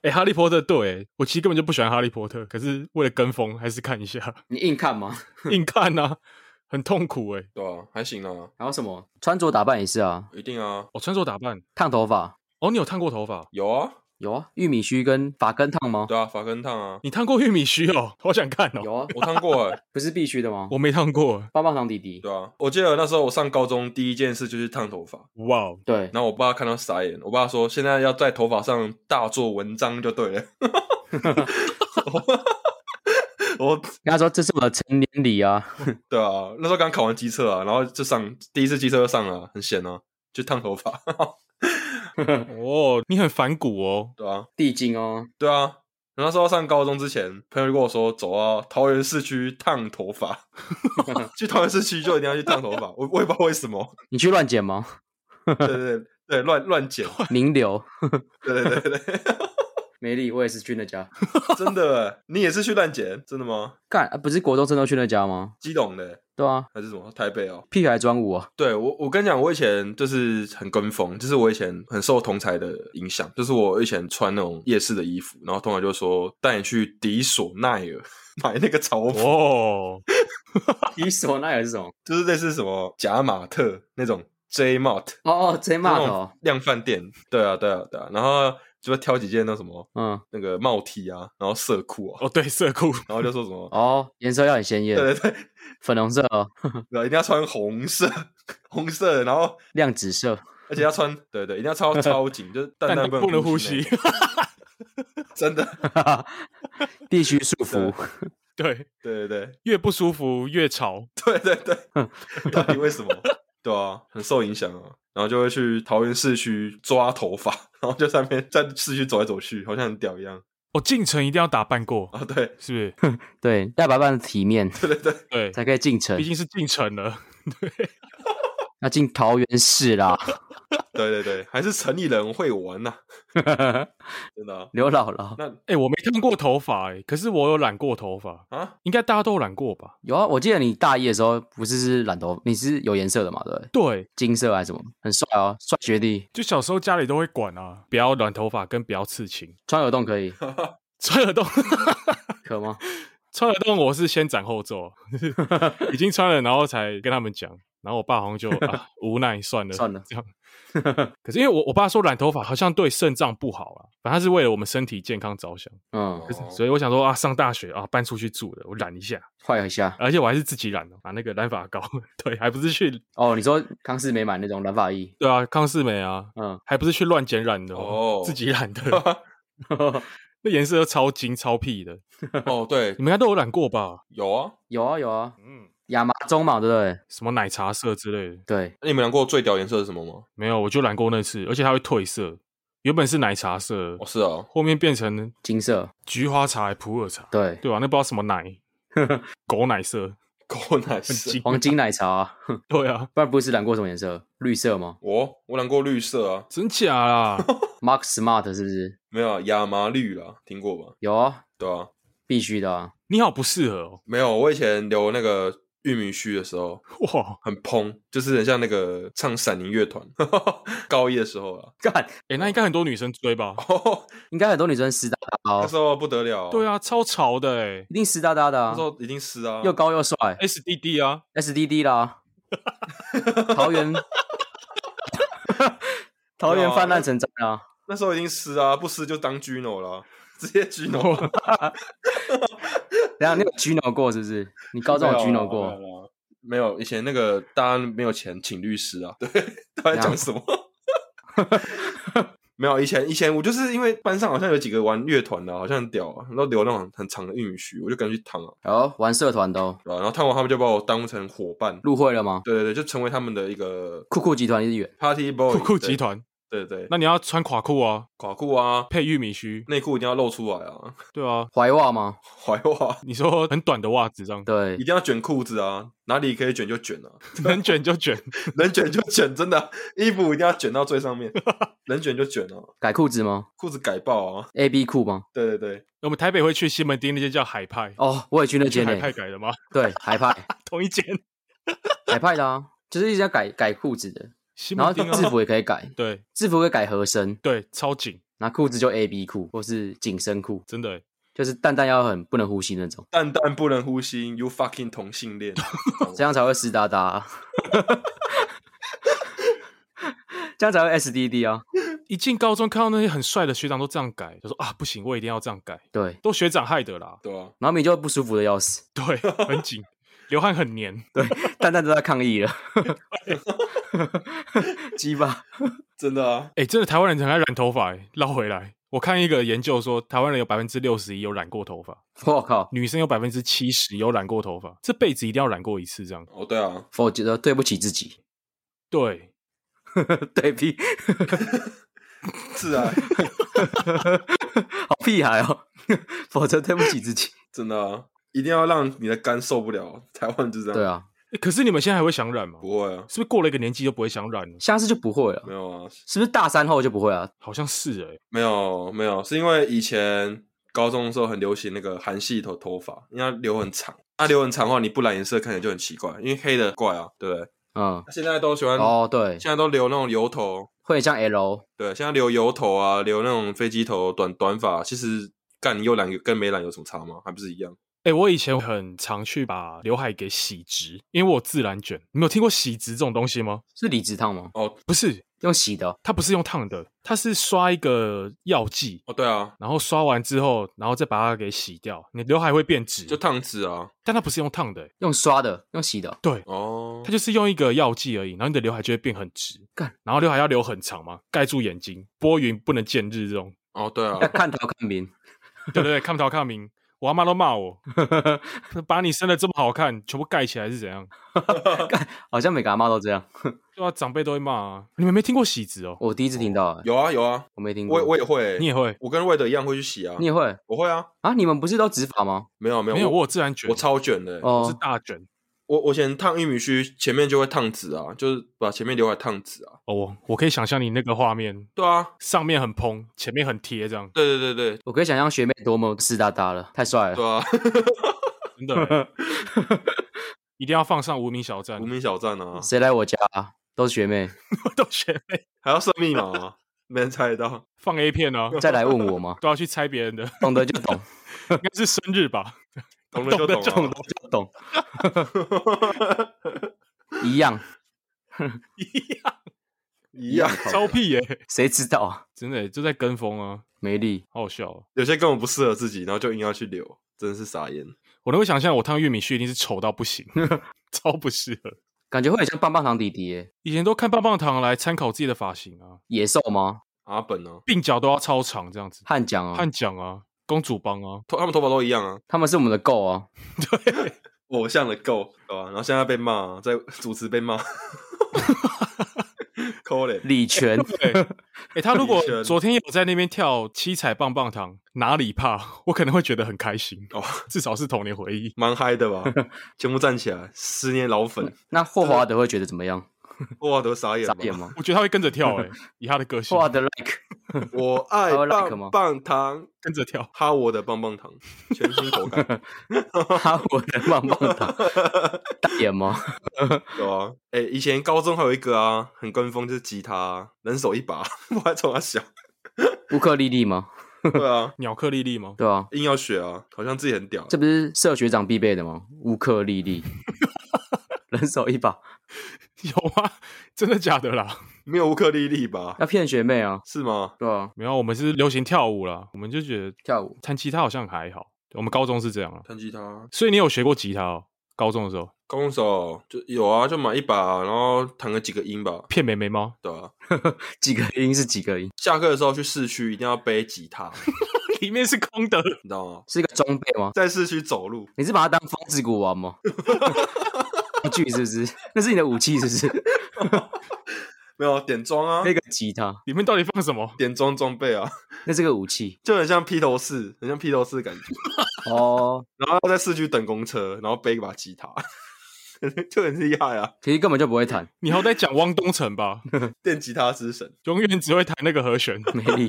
Speaker 2: 哎、哈利波特对、我其实根本就不喜欢哈利波特，可是为了跟风还是看一 下，
Speaker 3: 你硬看 吗？
Speaker 2: 硬看呐、啊，很痛苦哎、
Speaker 1: 对啊，还行啊，
Speaker 3: 还有什么穿着打扮也是啊，
Speaker 1: 一定啊，
Speaker 2: 哦我、穿着打扮，
Speaker 3: 烫头发
Speaker 2: 哦，你有烫过头发？
Speaker 1: 有啊，
Speaker 3: 有啊，玉米须跟发根烫吗？
Speaker 1: 对啊，法根烫啊，
Speaker 2: 你烫过玉米须哦？好想看哦！
Speaker 3: 有啊，
Speaker 1: 我烫过哎、
Speaker 3: 不是必须的吗？
Speaker 2: 我没烫过，
Speaker 3: 棒棒糖弟弟，
Speaker 1: 对啊，我记得那时候我上高中第一件事就是烫头发，
Speaker 2: 哇哦！
Speaker 3: 对，
Speaker 1: 然后我爸看到傻眼，我爸说现在要在头发上大做文章就对了。我我
Speaker 3: 跟他说这是我的成年礼啊，
Speaker 1: 对啊，那时候刚考完机测啊，然后就上第一次机测就上了，很险啊，就烫头发，
Speaker 2: 哦，你很反骨哦，
Speaker 1: 对啊，
Speaker 3: 地精哦，
Speaker 1: 对啊。然后那时候上高中之前，朋友就跟我说走啊，桃园市区烫头发， 去桃园市区就一定要去烫头发，我我也不知道为什么，
Speaker 3: 你去乱剪 吗？
Speaker 1: 对对对对，乱乱剪，
Speaker 3: 名流，
Speaker 1: 对对对对，
Speaker 3: 美丽，我也是去那家，
Speaker 1: 真的，欸你也是去乱剪，真的吗？
Speaker 3: 干、啊不是国中生都去那家吗？
Speaker 1: 基隆的欸
Speaker 3: 对啊，
Speaker 1: 还是什么台北哦？
Speaker 3: 屁孩专舞啊，
Speaker 1: 对我，我跟你讲，我以前就是很跟风，就是我以前很受同才的影响，就是我以前穿那种夜市的衣服，然后同才就说带你去迪索奈尔 买那个潮服，
Speaker 2: 哦，
Speaker 3: 伊索奈尔是什么？
Speaker 1: 就是类似什么贾马特那种 J Mart
Speaker 3: 哦哦，贼骂
Speaker 1: 那
Speaker 3: 的
Speaker 1: 种
Speaker 3: 哦，
Speaker 1: 量贩店，对啊，对啊，对啊，然后就会挑几件那什么
Speaker 3: 嗯，
Speaker 1: 那个帽 T 啊，然后色裤啊，
Speaker 2: 哦，对，色裤，
Speaker 1: 然后就说什么，
Speaker 3: 哦，颜色要很鲜艳，
Speaker 1: 对对对，
Speaker 3: 粉红色、哦、
Speaker 1: 对，啊一定要穿红色， 红色的，然后
Speaker 3: 亮紫色，
Speaker 1: 而且要穿，对对，一定要超超紧，就是蛋蛋
Speaker 2: 不
Speaker 1: 不能
Speaker 2: 能呼
Speaker 1: 吸
Speaker 2: 吸
Speaker 1: 那。种，真的，
Speaker 3: 必须束缚，
Speaker 2: 对，
Speaker 1: 对对对
Speaker 2: 越不舒服越吵。
Speaker 1: 对对对， 到底为什么？对啊，很受影响啊，然后就会去桃园市区抓头发，然后就在那边在市区走来走去，好像很屌一样
Speaker 2: 哦，进城一定要打扮过，
Speaker 1: 啊，对
Speaker 2: 是不是？
Speaker 3: 对，要打扮得体面
Speaker 1: 对对对，
Speaker 2: 对，
Speaker 3: 才可以进城
Speaker 2: 毕，竟是进城了。
Speaker 3: 要进桃园 市啦，
Speaker 1: 对对对，还是城里人会玩呐、真的啊，
Speaker 3: 刘姥姥
Speaker 1: 那
Speaker 2: 哎、我没烫过头发，哎，可是我有染过头发，
Speaker 1: 啊，
Speaker 2: 应该大家都有染过吧？
Speaker 3: 有啊，我记得你大一的时候不是是染头，你是有颜色的嘛，对不对？
Speaker 2: 对，
Speaker 3: 金色还是什么，很帅哦，帅学弟，
Speaker 2: 就小时候家里都会管啊，不要染头发跟不要刺青。
Speaker 3: 穿耳洞 可以，
Speaker 2: 穿耳洞，
Speaker 3: 可吗？
Speaker 2: 穿耳洞，我是先斩后奏，已经穿了，然后才跟他们讲。然后我爸好像就、啊、无奈算了，
Speaker 3: 算了
Speaker 2: 这样。 可是因为我我爸说染头发好像对肾脏不好啊，反正他是为了我们身体健康着想。
Speaker 3: 嗯，
Speaker 1: 哦
Speaker 2: 所以我想说啊，上大学啊，搬出去住的，我染一下，
Speaker 3: 坏一下
Speaker 2: 而且我还是自己染的，哦把那个染发膏，对，还不是去
Speaker 3: 哦。你说康世美买那种染发液，
Speaker 2: 对啊，康世美啊，
Speaker 3: 嗯，
Speaker 2: 还不是去乱剪染的
Speaker 1: 哦
Speaker 2: 自己染的， 那颜色都超金超屁的，
Speaker 1: 哦对
Speaker 2: 你，们应该都有染过吧？
Speaker 1: 有啊，
Speaker 3: 有啊有啊，
Speaker 2: 嗯，
Speaker 3: 亚麻棕嘛，对不对？
Speaker 2: 什么奶茶色之类的，
Speaker 3: 对，
Speaker 1: 那你们染过最屌颜色是什么吗？
Speaker 2: 没有，我就染过那次，而且它会褪色，原本是奶茶色，
Speaker 1: 哦是啊，
Speaker 2: 后面变成
Speaker 3: 金色，
Speaker 2: 菊花茶还普洱茶，
Speaker 3: 对，
Speaker 2: 对吧、那不知道什么 奶，狗奶色，
Speaker 1: 狗奶
Speaker 2: 很
Speaker 1: 色
Speaker 2: 金，
Speaker 3: 黄金奶茶啊、
Speaker 2: 对啊，
Speaker 3: 不然不是染过什么颜色？绿色吗
Speaker 1: 我我染过绿色啊，
Speaker 2: 真 假啦？
Speaker 3: ？Mark Smart 是不是？
Speaker 1: 没有啊亚麻绿啦，听过吧？
Speaker 3: 有啊，
Speaker 1: 对啊，
Speaker 3: 必须的啊。
Speaker 2: 你好不适合哦，
Speaker 1: 没有，我以前留那个玉米须的时候
Speaker 2: 哇，
Speaker 1: 很蓬，就是很像那个唱闪灵乐团， 高一的时候啊，
Speaker 3: 干，
Speaker 2: 哎、那应该很多女生追吧？
Speaker 3: 应该很多女生湿哒哒
Speaker 1: 那
Speaker 3: 哦
Speaker 1: 时，候不得了，
Speaker 2: 对
Speaker 1: 啊，
Speaker 2: 啊，超潮的哎、
Speaker 3: 一定湿哒哒的
Speaker 1: 那
Speaker 3: 啊
Speaker 1: 时，候一定湿啊，
Speaker 3: 又高又帅
Speaker 2: s D D 啊，
Speaker 3: ，SDD 啦，桃园，桃园泛滥成灾啊，
Speaker 1: 那时候一定湿啊，不湿就当 Gino 啦，直接 Gino，
Speaker 3: 等一下你有 Gino 过是不是？你 高中有 Gino 过？
Speaker 1: 啊没有啦。没有，以前那个大家没有钱请律师啊， 对，他在讲什么？ 没有，以前以前我就是因为班上好像有几个玩乐团的啊，好像很屌啊，然后留那种很长的玉米须，我就跟他去烫啊，
Speaker 3: 有玩社团都
Speaker 1: 对吧、然后烫完他们就把我当成伙伴，
Speaker 3: 入会了吗？
Speaker 1: 对对对，就成为他们的一个
Speaker 3: 酷酷集团一员，
Speaker 1: party boy，
Speaker 2: 酷酷
Speaker 1: 对
Speaker 2: 集，团。
Speaker 1: 对对对，
Speaker 2: 那你要穿垮裤啊，
Speaker 1: 垮裤啊，
Speaker 2: 配玉米须，
Speaker 1: 内裤一定要露出来啊，
Speaker 2: 对啊。
Speaker 3: 怀袜吗？
Speaker 1: 怀袜
Speaker 2: 你说很短的袜子这样，
Speaker 3: 对
Speaker 1: 一，定要卷裤子啊，哪里可以卷就卷啊，
Speaker 2: 能卷就卷。
Speaker 1: 能卷就卷，真的衣服一定要卷到最上 面，能卷就卷啊，
Speaker 3: 改裤子吗
Speaker 1: 裤子改爆啊，
Speaker 3: ？A B 裤吗？
Speaker 1: 对对对，
Speaker 2: 我们台北会去西门町那间叫海派，
Speaker 3: 哦，我也去那
Speaker 2: 去
Speaker 3: 间
Speaker 2: 海
Speaker 3: 呢、
Speaker 2: 派改的吗？
Speaker 3: 对，海派，
Speaker 2: 同一间
Speaker 3: 海派的啊，就是一直要改改裤子的，
Speaker 2: 西
Speaker 3: 然后
Speaker 2: 门町
Speaker 3: 制
Speaker 2: 啊。
Speaker 3: 服也可以改，
Speaker 2: 对
Speaker 3: 制服会改合身，
Speaker 2: 对，超紧，
Speaker 3: 然后裤子就 A B 裤或是紧身裤，
Speaker 2: 真的欸。
Speaker 3: 就是蛋蛋要很不能呼吸那种，
Speaker 1: 蛋蛋不能呼吸，you fucking 同性 恋，
Speaker 3: 这样才会湿哒哒啊， 这样才会 S D D 啊。
Speaker 2: 一进高中看到那些很帅的学长都这样改，就说啊不行，我一定要这样改，
Speaker 3: 对，
Speaker 2: 都学长害的啦。
Speaker 1: 对啊，
Speaker 3: 然后你就不舒服的要死，
Speaker 2: 对，很紧，流汗很黏。
Speaker 3: 蛋蛋都在抗议了，鸡巴
Speaker 1: 真的啊，
Speaker 2: 哎、真的台湾人很爱染头发、欸，绕回来。我看一个研究说，台湾人有百分之六十一有染过头发，
Speaker 3: 我靠，
Speaker 2: 女生有百分之七十有染过头发，这辈子一定要染过一次这样。
Speaker 1: 哦对啊，
Speaker 3: 我觉得对不起自己，
Speaker 2: 对，
Speaker 3: 对屁，
Speaker 1: 是啊，
Speaker 3: 好屁孩哦，否则对不起自己。
Speaker 1: 真的啊，一定要让你的肝受不了，台湾就这样，
Speaker 3: 对，啊，
Speaker 2: 欸可是你们现在还会想染吗？
Speaker 1: 不会啊，
Speaker 2: 是不是过了一个年纪就不会想染了？
Speaker 3: 下次就不会了
Speaker 1: 没，有啊，
Speaker 3: 是不是大三后就不会啊了？
Speaker 2: 好像是哎、
Speaker 1: 没有没有，是因为以前高中的时候很流行那个韩系头头发，因为它留很长。它、留很长的话，你不染颜色看起来就很奇怪，因为黑的怪啊，对不对？
Speaker 3: 嗯，
Speaker 1: 现在都喜欢，
Speaker 3: 哦，对，
Speaker 1: 现在都留那种油头，
Speaker 3: 会很像 L，
Speaker 1: 对，现在留油头啊，留那种飞机头、短短发，其实干你有染跟没染有什么差吗？还不是一样？
Speaker 2: 哎、我以前很常去把刘海给洗直，因为我有自然卷。你们有听过洗直这种东西吗？
Speaker 3: 是离子烫吗？
Speaker 1: 哦
Speaker 2: 不是，
Speaker 3: 用洗的哦，
Speaker 2: 它不是用烫的，它是刷一个药剂，
Speaker 1: 哦，对啊，
Speaker 2: 然后刷完之后，然后再把它给洗掉，你刘海会变直。
Speaker 1: 就烫直啊，
Speaker 2: 但它不是用烫的、欸，
Speaker 3: 用刷的，用洗的哦，
Speaker 2: 对，
Speaker 1: 哦
Speaker 2: 它，就是用一个药剂而已，然后你的刘海就会变很直，
Speaker 3: 干，
Speaker 2: 然后刘海要留很长嘛，盖住眼睛，拨云不能见日这种，
Speaker 1: 哦，对啊
Speaker 3: 要，看头看明。
Speaker 2: 对对对，看不着看明，我阿妈都骂我， 把你生的这么好看，全部盖起来是怎样？
Speaker 3: 好像每个阿妈都这样，
Speaker 2: 对啊，长辈都会骂啊，你们没听过喜子哦，
Speaker 3: 我第一次听到、欸，
Speaker 1: 有啊有啊，
Speaker 3: 我没听过。
Speaker 1: 我我也会、
Speaker 2: 你也会？
Speaker 1: 我跟魏德一样会去洗啊
Speaker 3: 你，也会
Speaker 1: 我会啊，
Speaker 3: 啊？你们不是都直发吗？
Speaker 1: 没有没有
Speaker 2: 没有，我
Speaker 1: 我
Speaker 2: 有自然卷，
Speaker 1: 我超卷的、欸
Speaker 2: 我是
Speaker 3: 哦，
Speaker 2: 大卷
Speaker 1: 我我以前烫玉米须，前面就会烫直啊，就是把前面刘海烫直啊。
Speaker 2: 哦，我我可以想象你那个画面，
Speaker 1: 对啊，
Speaker 2: 上面很蓬，前面很贴，这样
Speaker 1: 对对对对
Speaker 3: 我可以想象学妹多么湿哒哒了，太帅
Speaker 1: 对
Speaker 3: 了。
Speaker 1: 啊，
Speaker 2: 真的 欸一定要放上无名小站
Speaker 1: 无，名小站啊，
Speaker 3: 谁来我家、啊、都是 学妹，
Speaker 2: 都学妹
Speaker 1: 还要设密码啊，没人猜得到。
Speaker 2: 放 A 片啊，？
Speaker 3: 再来问我吗
Speaker 2: 都要去猜别人的，
Speaker 3: 懂得就懂，
Speaker 2: 应该是生日吧。
Speaker 1: 懂了就 懂
Speaker 2: 懂
Speaker 1: 了
Speaker 3: 懂得就懂， 一样，
Speaker 1: 一样。
Speaker 2: 招屁耶、
Speaker 3: 谁知道啊？
Speaker 2: 真的耶、就在跟风啊，
Speaker 3: 没力，
Speaker 2: 好好笑、哦。
Speaker 1: 有些根本不适合自己，然后就硬要去留，真是傻眼。
Speaker 2: 我能够想象我烫玉米须一定是丑到 不行，超不适合。
Speaker 3: 感觉会很像棒棒糖弟弟耶，
Speaker 2: 以前都看棒棒糖来参考自己的发型啊，
Speaker 3: 野兽吗？
Speaker 1: 阿本啊呢、
Speaker 2: 鬓角都要超长这样子，
Speaker 3: 汉江啊
Speaker 2: 汉，奖啊，公主帮啊，
Speaker 1: 头他们头发都一样啊，
Speaker 3: 他们是我们的 Go 啊，
Speaker 1: 偶像的够对吧、然后现在被骂、啊，在主持被骂，抠嘞，
Speaker 3: 李泉
Speaker 2: 对，哎、他如果
Speaker 1: 李轩
Speaker 2: 昨天有在那边跳七彩棒棒糖，哪里怕？ 我可能会觉得很开心
Speaker 1: 哦，
Speaker 2: 至少是童年回忆。
Speaker 1: 蛮嗨的吧？全部站起来，十年老粉，
Speaker 3: 那霍华德会觉得怎么样？
Speaker 1: 哇，都傻眼
Speaker 3: 傻
Speaker 1: 吧，
Speaker 3: 眼吗？
Speaker 2: 我觉得他会跟着跳、欸，哎，以他的个性
Speaker 3: 霍，华德 like
Speaker 1: 我爱
Speaker 3: I would like
Speaker 1: 棒
Speaker 3: 吗
Speaker 1: 棒糖，
Speaker 2: 跟着跳。
Speaker 1: 哈我的棒棒糖，全新口感，
Speaker 3: 哈，我的棒棒 糖，大眼吗？
Speaker 1: 有啊。哎、以前高中还有一个啊，很跟风，就是吉他啊、人手一把， 我还从他小，
Speaker 3: 乌克丽丽吗？
Speaker 1: 对啊，
Speaker 2: 鸟克丽丽吗？
Speaker 3: 对啊，
Speaker 1: 硬要学啊，好像自己很屌。
Speaker 3: 这不是社学长必备的吗？乌克丽 丽，人手一把，
Speaker 2: 有吗？真的假的啦？
Speaker 1: 没有乌克丽丽吧？
Speaker 3: 要骗学妹啊，
Speaker 1: 是吗？
Speaker 3: 对啊，
Speaker 2: 没有，我们是流行跳舞啦，我们就觉得
Speaker 3: 跳舞
Speaker 2: 弹吉他好像还好。我们高中是这样啊，
Speaker 1: 弹吉他，
Speaker 2: 所以你有学过吉他哦？高中的时候
Speaker 1: 高中手就有啊，就买一把，然后弹个几个音吧，
Speaker 2: 骗美眉吗？
Speaker 1: 对啊。
Speaker 3: 几个音是几个音，
Speaker 1: 下课的时候去市区一定要背吉他，你
Speaker 2: 里面是空的，
Speaker 1: 知道吗？
Speaker 3: 是一个装备吗？
Speaker 1: 在市区走路，
Speaker 3: 你是把它当风之谷 玩吗？工具是不是？那是你的武器是不是？
Speaker 1: 没有点装啊
Speaker 3: 那，个吉他，
Speaker 2: 里面到底放什么？
Speaker 1: 点装装备啊，
Speaker 3: 那是个武器
Speaker 1: 就很像披头士，很像披头士的感觉。
Speaker 3: 哦。
Speaker 1: 然后在市区等公车，然后背一把吉他， 就很厉害啊，
Speaker 3: 其实根本就不会弹，
Speaker 2: 你好歹讲汪东城吧，
Speaker 1: 电吉他之神。
Speaker 2: 永远只会弹那个和弦，
Speaker 3: 没力。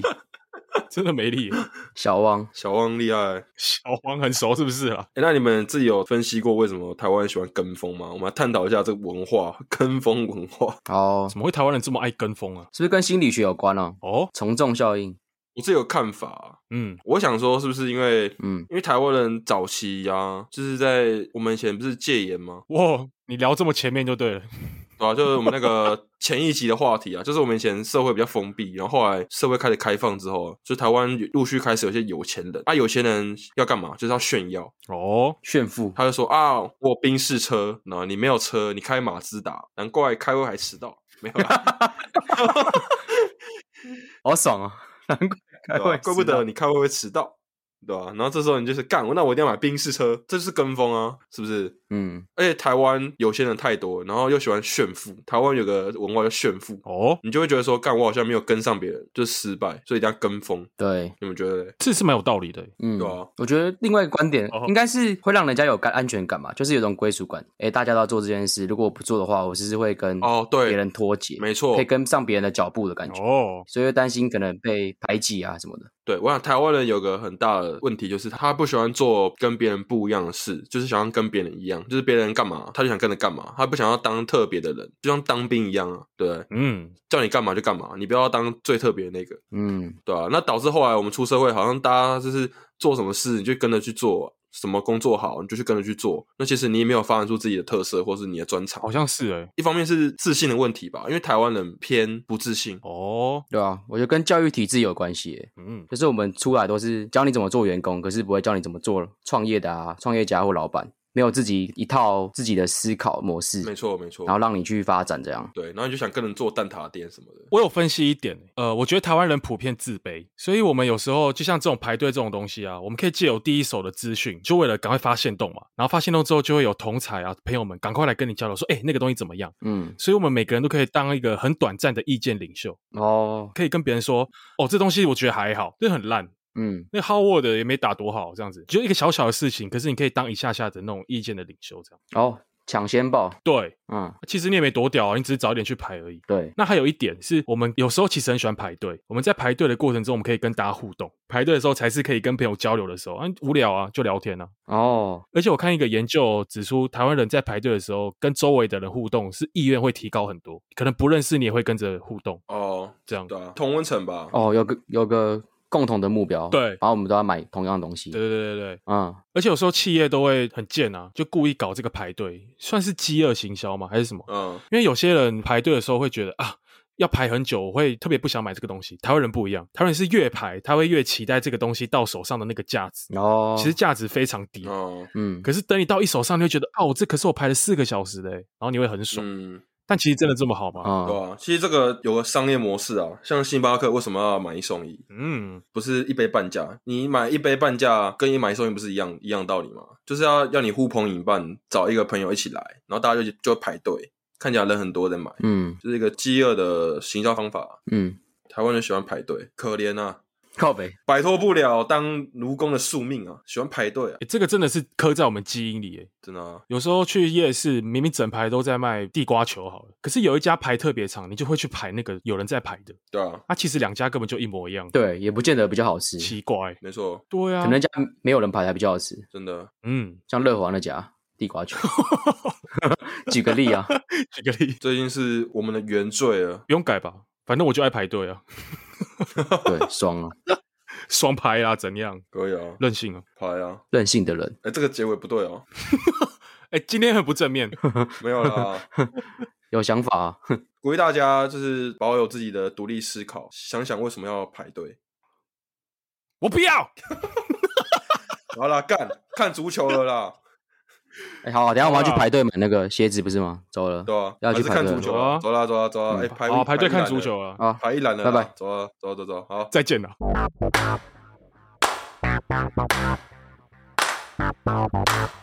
Speaker 2: 真的没力。
Speaker 3: 小汪，
Speaker 1: 小汪厉害、欸。
Speaker 2: 小黄很熟是不是啊？
Speaker 1: 那你们自己有分析过为什么台湾喜欢跟风吗？我们来探讨一下这个文化，跟风文化。
Speaker 3: 哦，
Speaker 2: 怎么会台湾人这么爱跟风啊？
Speaker 3: 是不是跟心理学有关哦？
Speaker 2: 哦，
Speaker 3: 从众效应，
Speaker 1: 我自己有看法啊、
Speaker 2: 嗯，
Speaker 1: 我想说是不是因为，
Speaker 3: 嗯，
Speaker 1: 因为台湾人早期啊，就是在我们以前不是戒严吗？
Speaker 2: 哇，你聊这么前面就对了，
Speaker 1: 对啊，就是我们那 个前一集的话题啊，就是我们以前社会比较封闭，然后后来社会开始开放之后，啊就台湾陆续开始有一些有钱人啊，有钱人要干嘛？就是要炫耀，
Speaker 2: 哦，
Speaker 3: 炫富，
Speaker 1: 他就说啊，我有宾士车，然后你没有车，你开马自达，难怪开会还迟到， 没有啦，
Speaker 3: 好爽啊！难怪
Speaker 1: 对
Speaker 3: 开
Speaker 1: 吧
Speaker 3: 会，
Speaker 1: 怪不得
Speaker 3: 你
Speaker 1: 你开会会迟到，对吧、然后这时候你就是干，那我一定要买宾士车，这就是跟风啊，是不是？
Speaker 3: 嗯，
Speaker 1: 而且台湾有些人太多，然后又喜欢炫富。台湾有个文化叫炫富，
Speaker 2: 哦，
Speaker 1: 你就会觉得说，干我好像没有跟上别人，就是失败，所以一定要跟风。
Speaker 3: 对，
Speaker 1: 你们觉得嘞？
Speaker 2: 这是蛮有道理的。欸
Speaker 3: 嗯，
Speaker 1: 对啊
Speaker 3: 我觉得另外一个观点
Speaker 2: 哦
Speaker 3: 应该是会让人家有感安全感吧，就是有种归属感。诶，大家都要做这件事，如果我不做的话，我是会跟
Speaker 1: 哦，
Speaker 3: 别
Speaker 1: 对，
Speaker 3: 人脱节，
Speaker 1: 没错
Speaker 3: 可以，跟上别人的脚步的感觉，
Speaker 2: 哦，
Speaker 3: 所以会担心可能被排挤啊什么的。
Speaker 1: 对。我想台湾人有个很大的问题，就是他不喜欢做跟别人不一样的事，就是想要跟别人一样，就是别人干嘛他就想跟着干嘛，他不想要当特别的人，就像当兵一样啊，对不对？
Speaker 2: 嗯，
Speaker 1: 叫你干嘛就干嘛，你不要当最特别的那个。
Speaker 3: 嗯，
Speaker 1: 对啊，那导致后来我们出社会，好像大家就是做什么事你就跟着去做，什么工作好你就去跟着去做。那其实你也没有发展出自己的特色或是你的专长
Speaker 2: 好。像是哎，
Speaker 1: 一方面是自信的问题吧，因为台湾人偏不自信。
Speaker 2: 哦，
Speaker 3: 对啊，我觉得跟教育体制有关系耶，
Speaker 2: 嗯，
Speaker 3: 就是我们出来都是教你怎么做员工，可是不会教你怎么做创业的啊、创业家或老板，没有自己一套自己的思考模式，
Speaker 1: 没错，没错
Speaker 3: 然。后让你去发展这样。
Speaker 1: 对，然后你就想跟人做蛋挞店什么的。
Speaker 2: 我有分析一点，呃，我觉得台湾人普遍自卑，所以我们有时候就像这种排队这种东西啊，我们可以借由第一手的资讯，就为了赶快发现洞嘛，然后发现洞之后就会有同才啊朋友们赶快来跟你交流，说，哎、那个东西怎么样？
Speaker 3: 嗯，
Speaker 2: 所以我们每个人都可以当一个很短暂的意见领袖，
Speaker 3: 哦，
Speaker 2: 可以跟别人说，哦，这东西我觉得还好，这很烂。
Speaker 3: 嗯，
Speaker 2: 那 Howard 也没打多好，这样子，就一个小小的事情，可是你可以当一下下的那种意见的领袖，这样。
Speaker 3: 哦，抢先报，
Speaker 2: 对，
Speaker 3: 嗯，
Speaker 2: 其实你也没多屌啊，你只是早一点去排而已。
Speaker 3: 对，
Speaker 2: 那还有一点是我们有时候其实很喜欢排队，我们在排队的过程中，我们可以跟大家互动，排队的时候才是可以跟朋友交流的时候，啊，无聊啊就聊天啊。
Speaker 3: 哦，
Speaker 2: 而且我看一个研究指出，台湾人在排队的时候跟周围的人互动是意愿会提高很多，可能不认识你也会跟着互动，
Speaker 1: 哦，
Speaker 2: 这样。
Speaker 1: 对啊，同温层吧。
Speaker 3: 哦，有个有个共同的目标，
Speaker 2: 对
Speaker 3: 然后我们都要买同样的东西，
Speaker 2: 对对对对对，
Speaker 3: 嗯，
Speaker 2: 而且有时候企业都会很贱啊，就故意搞这个排队，算是饥饿行销吗？还是什么？
Speaker 1: 嗯，
Speaker 2: 因为有些人排队的时候会觉得啊，要排很久，我会特别不想买这个东西。台湾人不一样，台湾人是越排他会越期待这个东西到手上的那个价值，
Speaker 3: 然后
Speaker 2: 其实，价值非常低。
Speaker 1: 哦，
Speaker 3: 嗯，
Speaker 2: 可是等你到一手上，你会觉得啊，我这可是我排了四个小时的欸，然后你会很爽。
Speaker 1: 嗯，
Speaker 2: 但其实真的这么好吗？
Speaker 1: 对
Speaker 3: 啊，
Speaker 1: 啊。其实这个有个商业模式啊，像星巴克为什么要买一送一？
Speaker 2: 嗯，
Speaker 1: 不是一杯半价，你买一杯半价跟你买一送一不是一样一样道理吗？就是要要你呼朋引伴，找一个朋友一起来，然后大家就就排队，看起来人很多人买，
Speaker 3: 嗯
Speaker 1: 就是一个饥饿的行销方法。
Speaker 3: 嗯，
Speaker 1: 台湾人喜欢排队，可怜啊！
Speaker 3: 靠北，
Speaker 1: 摆脱不了当奴工的宿命啊，喜欢排队啊，
Speaker 2: 诶这个真的是刻在我们基因里欸耶。
Speaker 1: 真的、啊。
Speaker 2: 有时候去夜市，明明整排都在卖地瓜球好了，可是有一家排特别长，你就会去排那个有人在排的。
Speaker 1: 对啊，
Speaker 2: 啊，其实两家根本就一模一样，
Speaker 3: 对，也不见得比较好吃，
Speaker 2: 奇怪。
Speaker 1: 没错，
Speaker 2: 对啊，
Speaker 3: 可能家没有人排才比较好吃，
Speaker 1: 真的。
Speaker 2: 嗯，
Speaker 3: 像乐华那家地 瓜球，举个例啊，
Speaker 2: 举个例，
Speaker 1: 这已经是我们的原罪了。
Speaker 2: 不用改吧，反正我就爱排队啊，
Speaker 3: 对，爽啊，
Speaker 2: 双排啊，怎样，
Speaker 1: 可以啊，
Speaker 2: 任性啊。
Speaker 1: 排啊！
Speaker 3: 任性的人，
Speaker 1: 哎、这个结尾不对哦，
Speaker 2: 哎，今天很不正面，
Speaker 1: 没有啦。
Speaker 3: 有想法、啊，
Speaker 1: 鼓励大家就是保有自己的独立思考，想想为什么要排队。
Speaker 2: 我不要。
Speaker 1: 好啦，干看足球了啦，
Speaker 3: 哎、好、啊，等一下我们要去排队买那个鞋子，不是吗？走了，
Speaker 1: 对啊吧、
Speaker 3: 要
Speaker 1: 还
Speaker 3: 去
Speaker 1: 是看
Speaker 3: 排队
Speaker 1: 足球
Speaker 2: 了
Speaker 1: 啊，走啦走啦走啦，哎、
Speaker 3: 嗯
Speaker 1: 排
Speaker 2: 好，排队
Speaker 1: 一栏
Speaker 2: 看足
Speaker 1: 了，
Speaker 2: 球啊，
Speaker 3: 啊，
Speaker 1: 排一栏了
Speaker 3: 拜
Speaker 1: 啦，
Speaker 3: 拜
Speaker 1: 走啊走啊走啊走啊，好。
Speaker 2: 再见了。
Speaker 4: Thank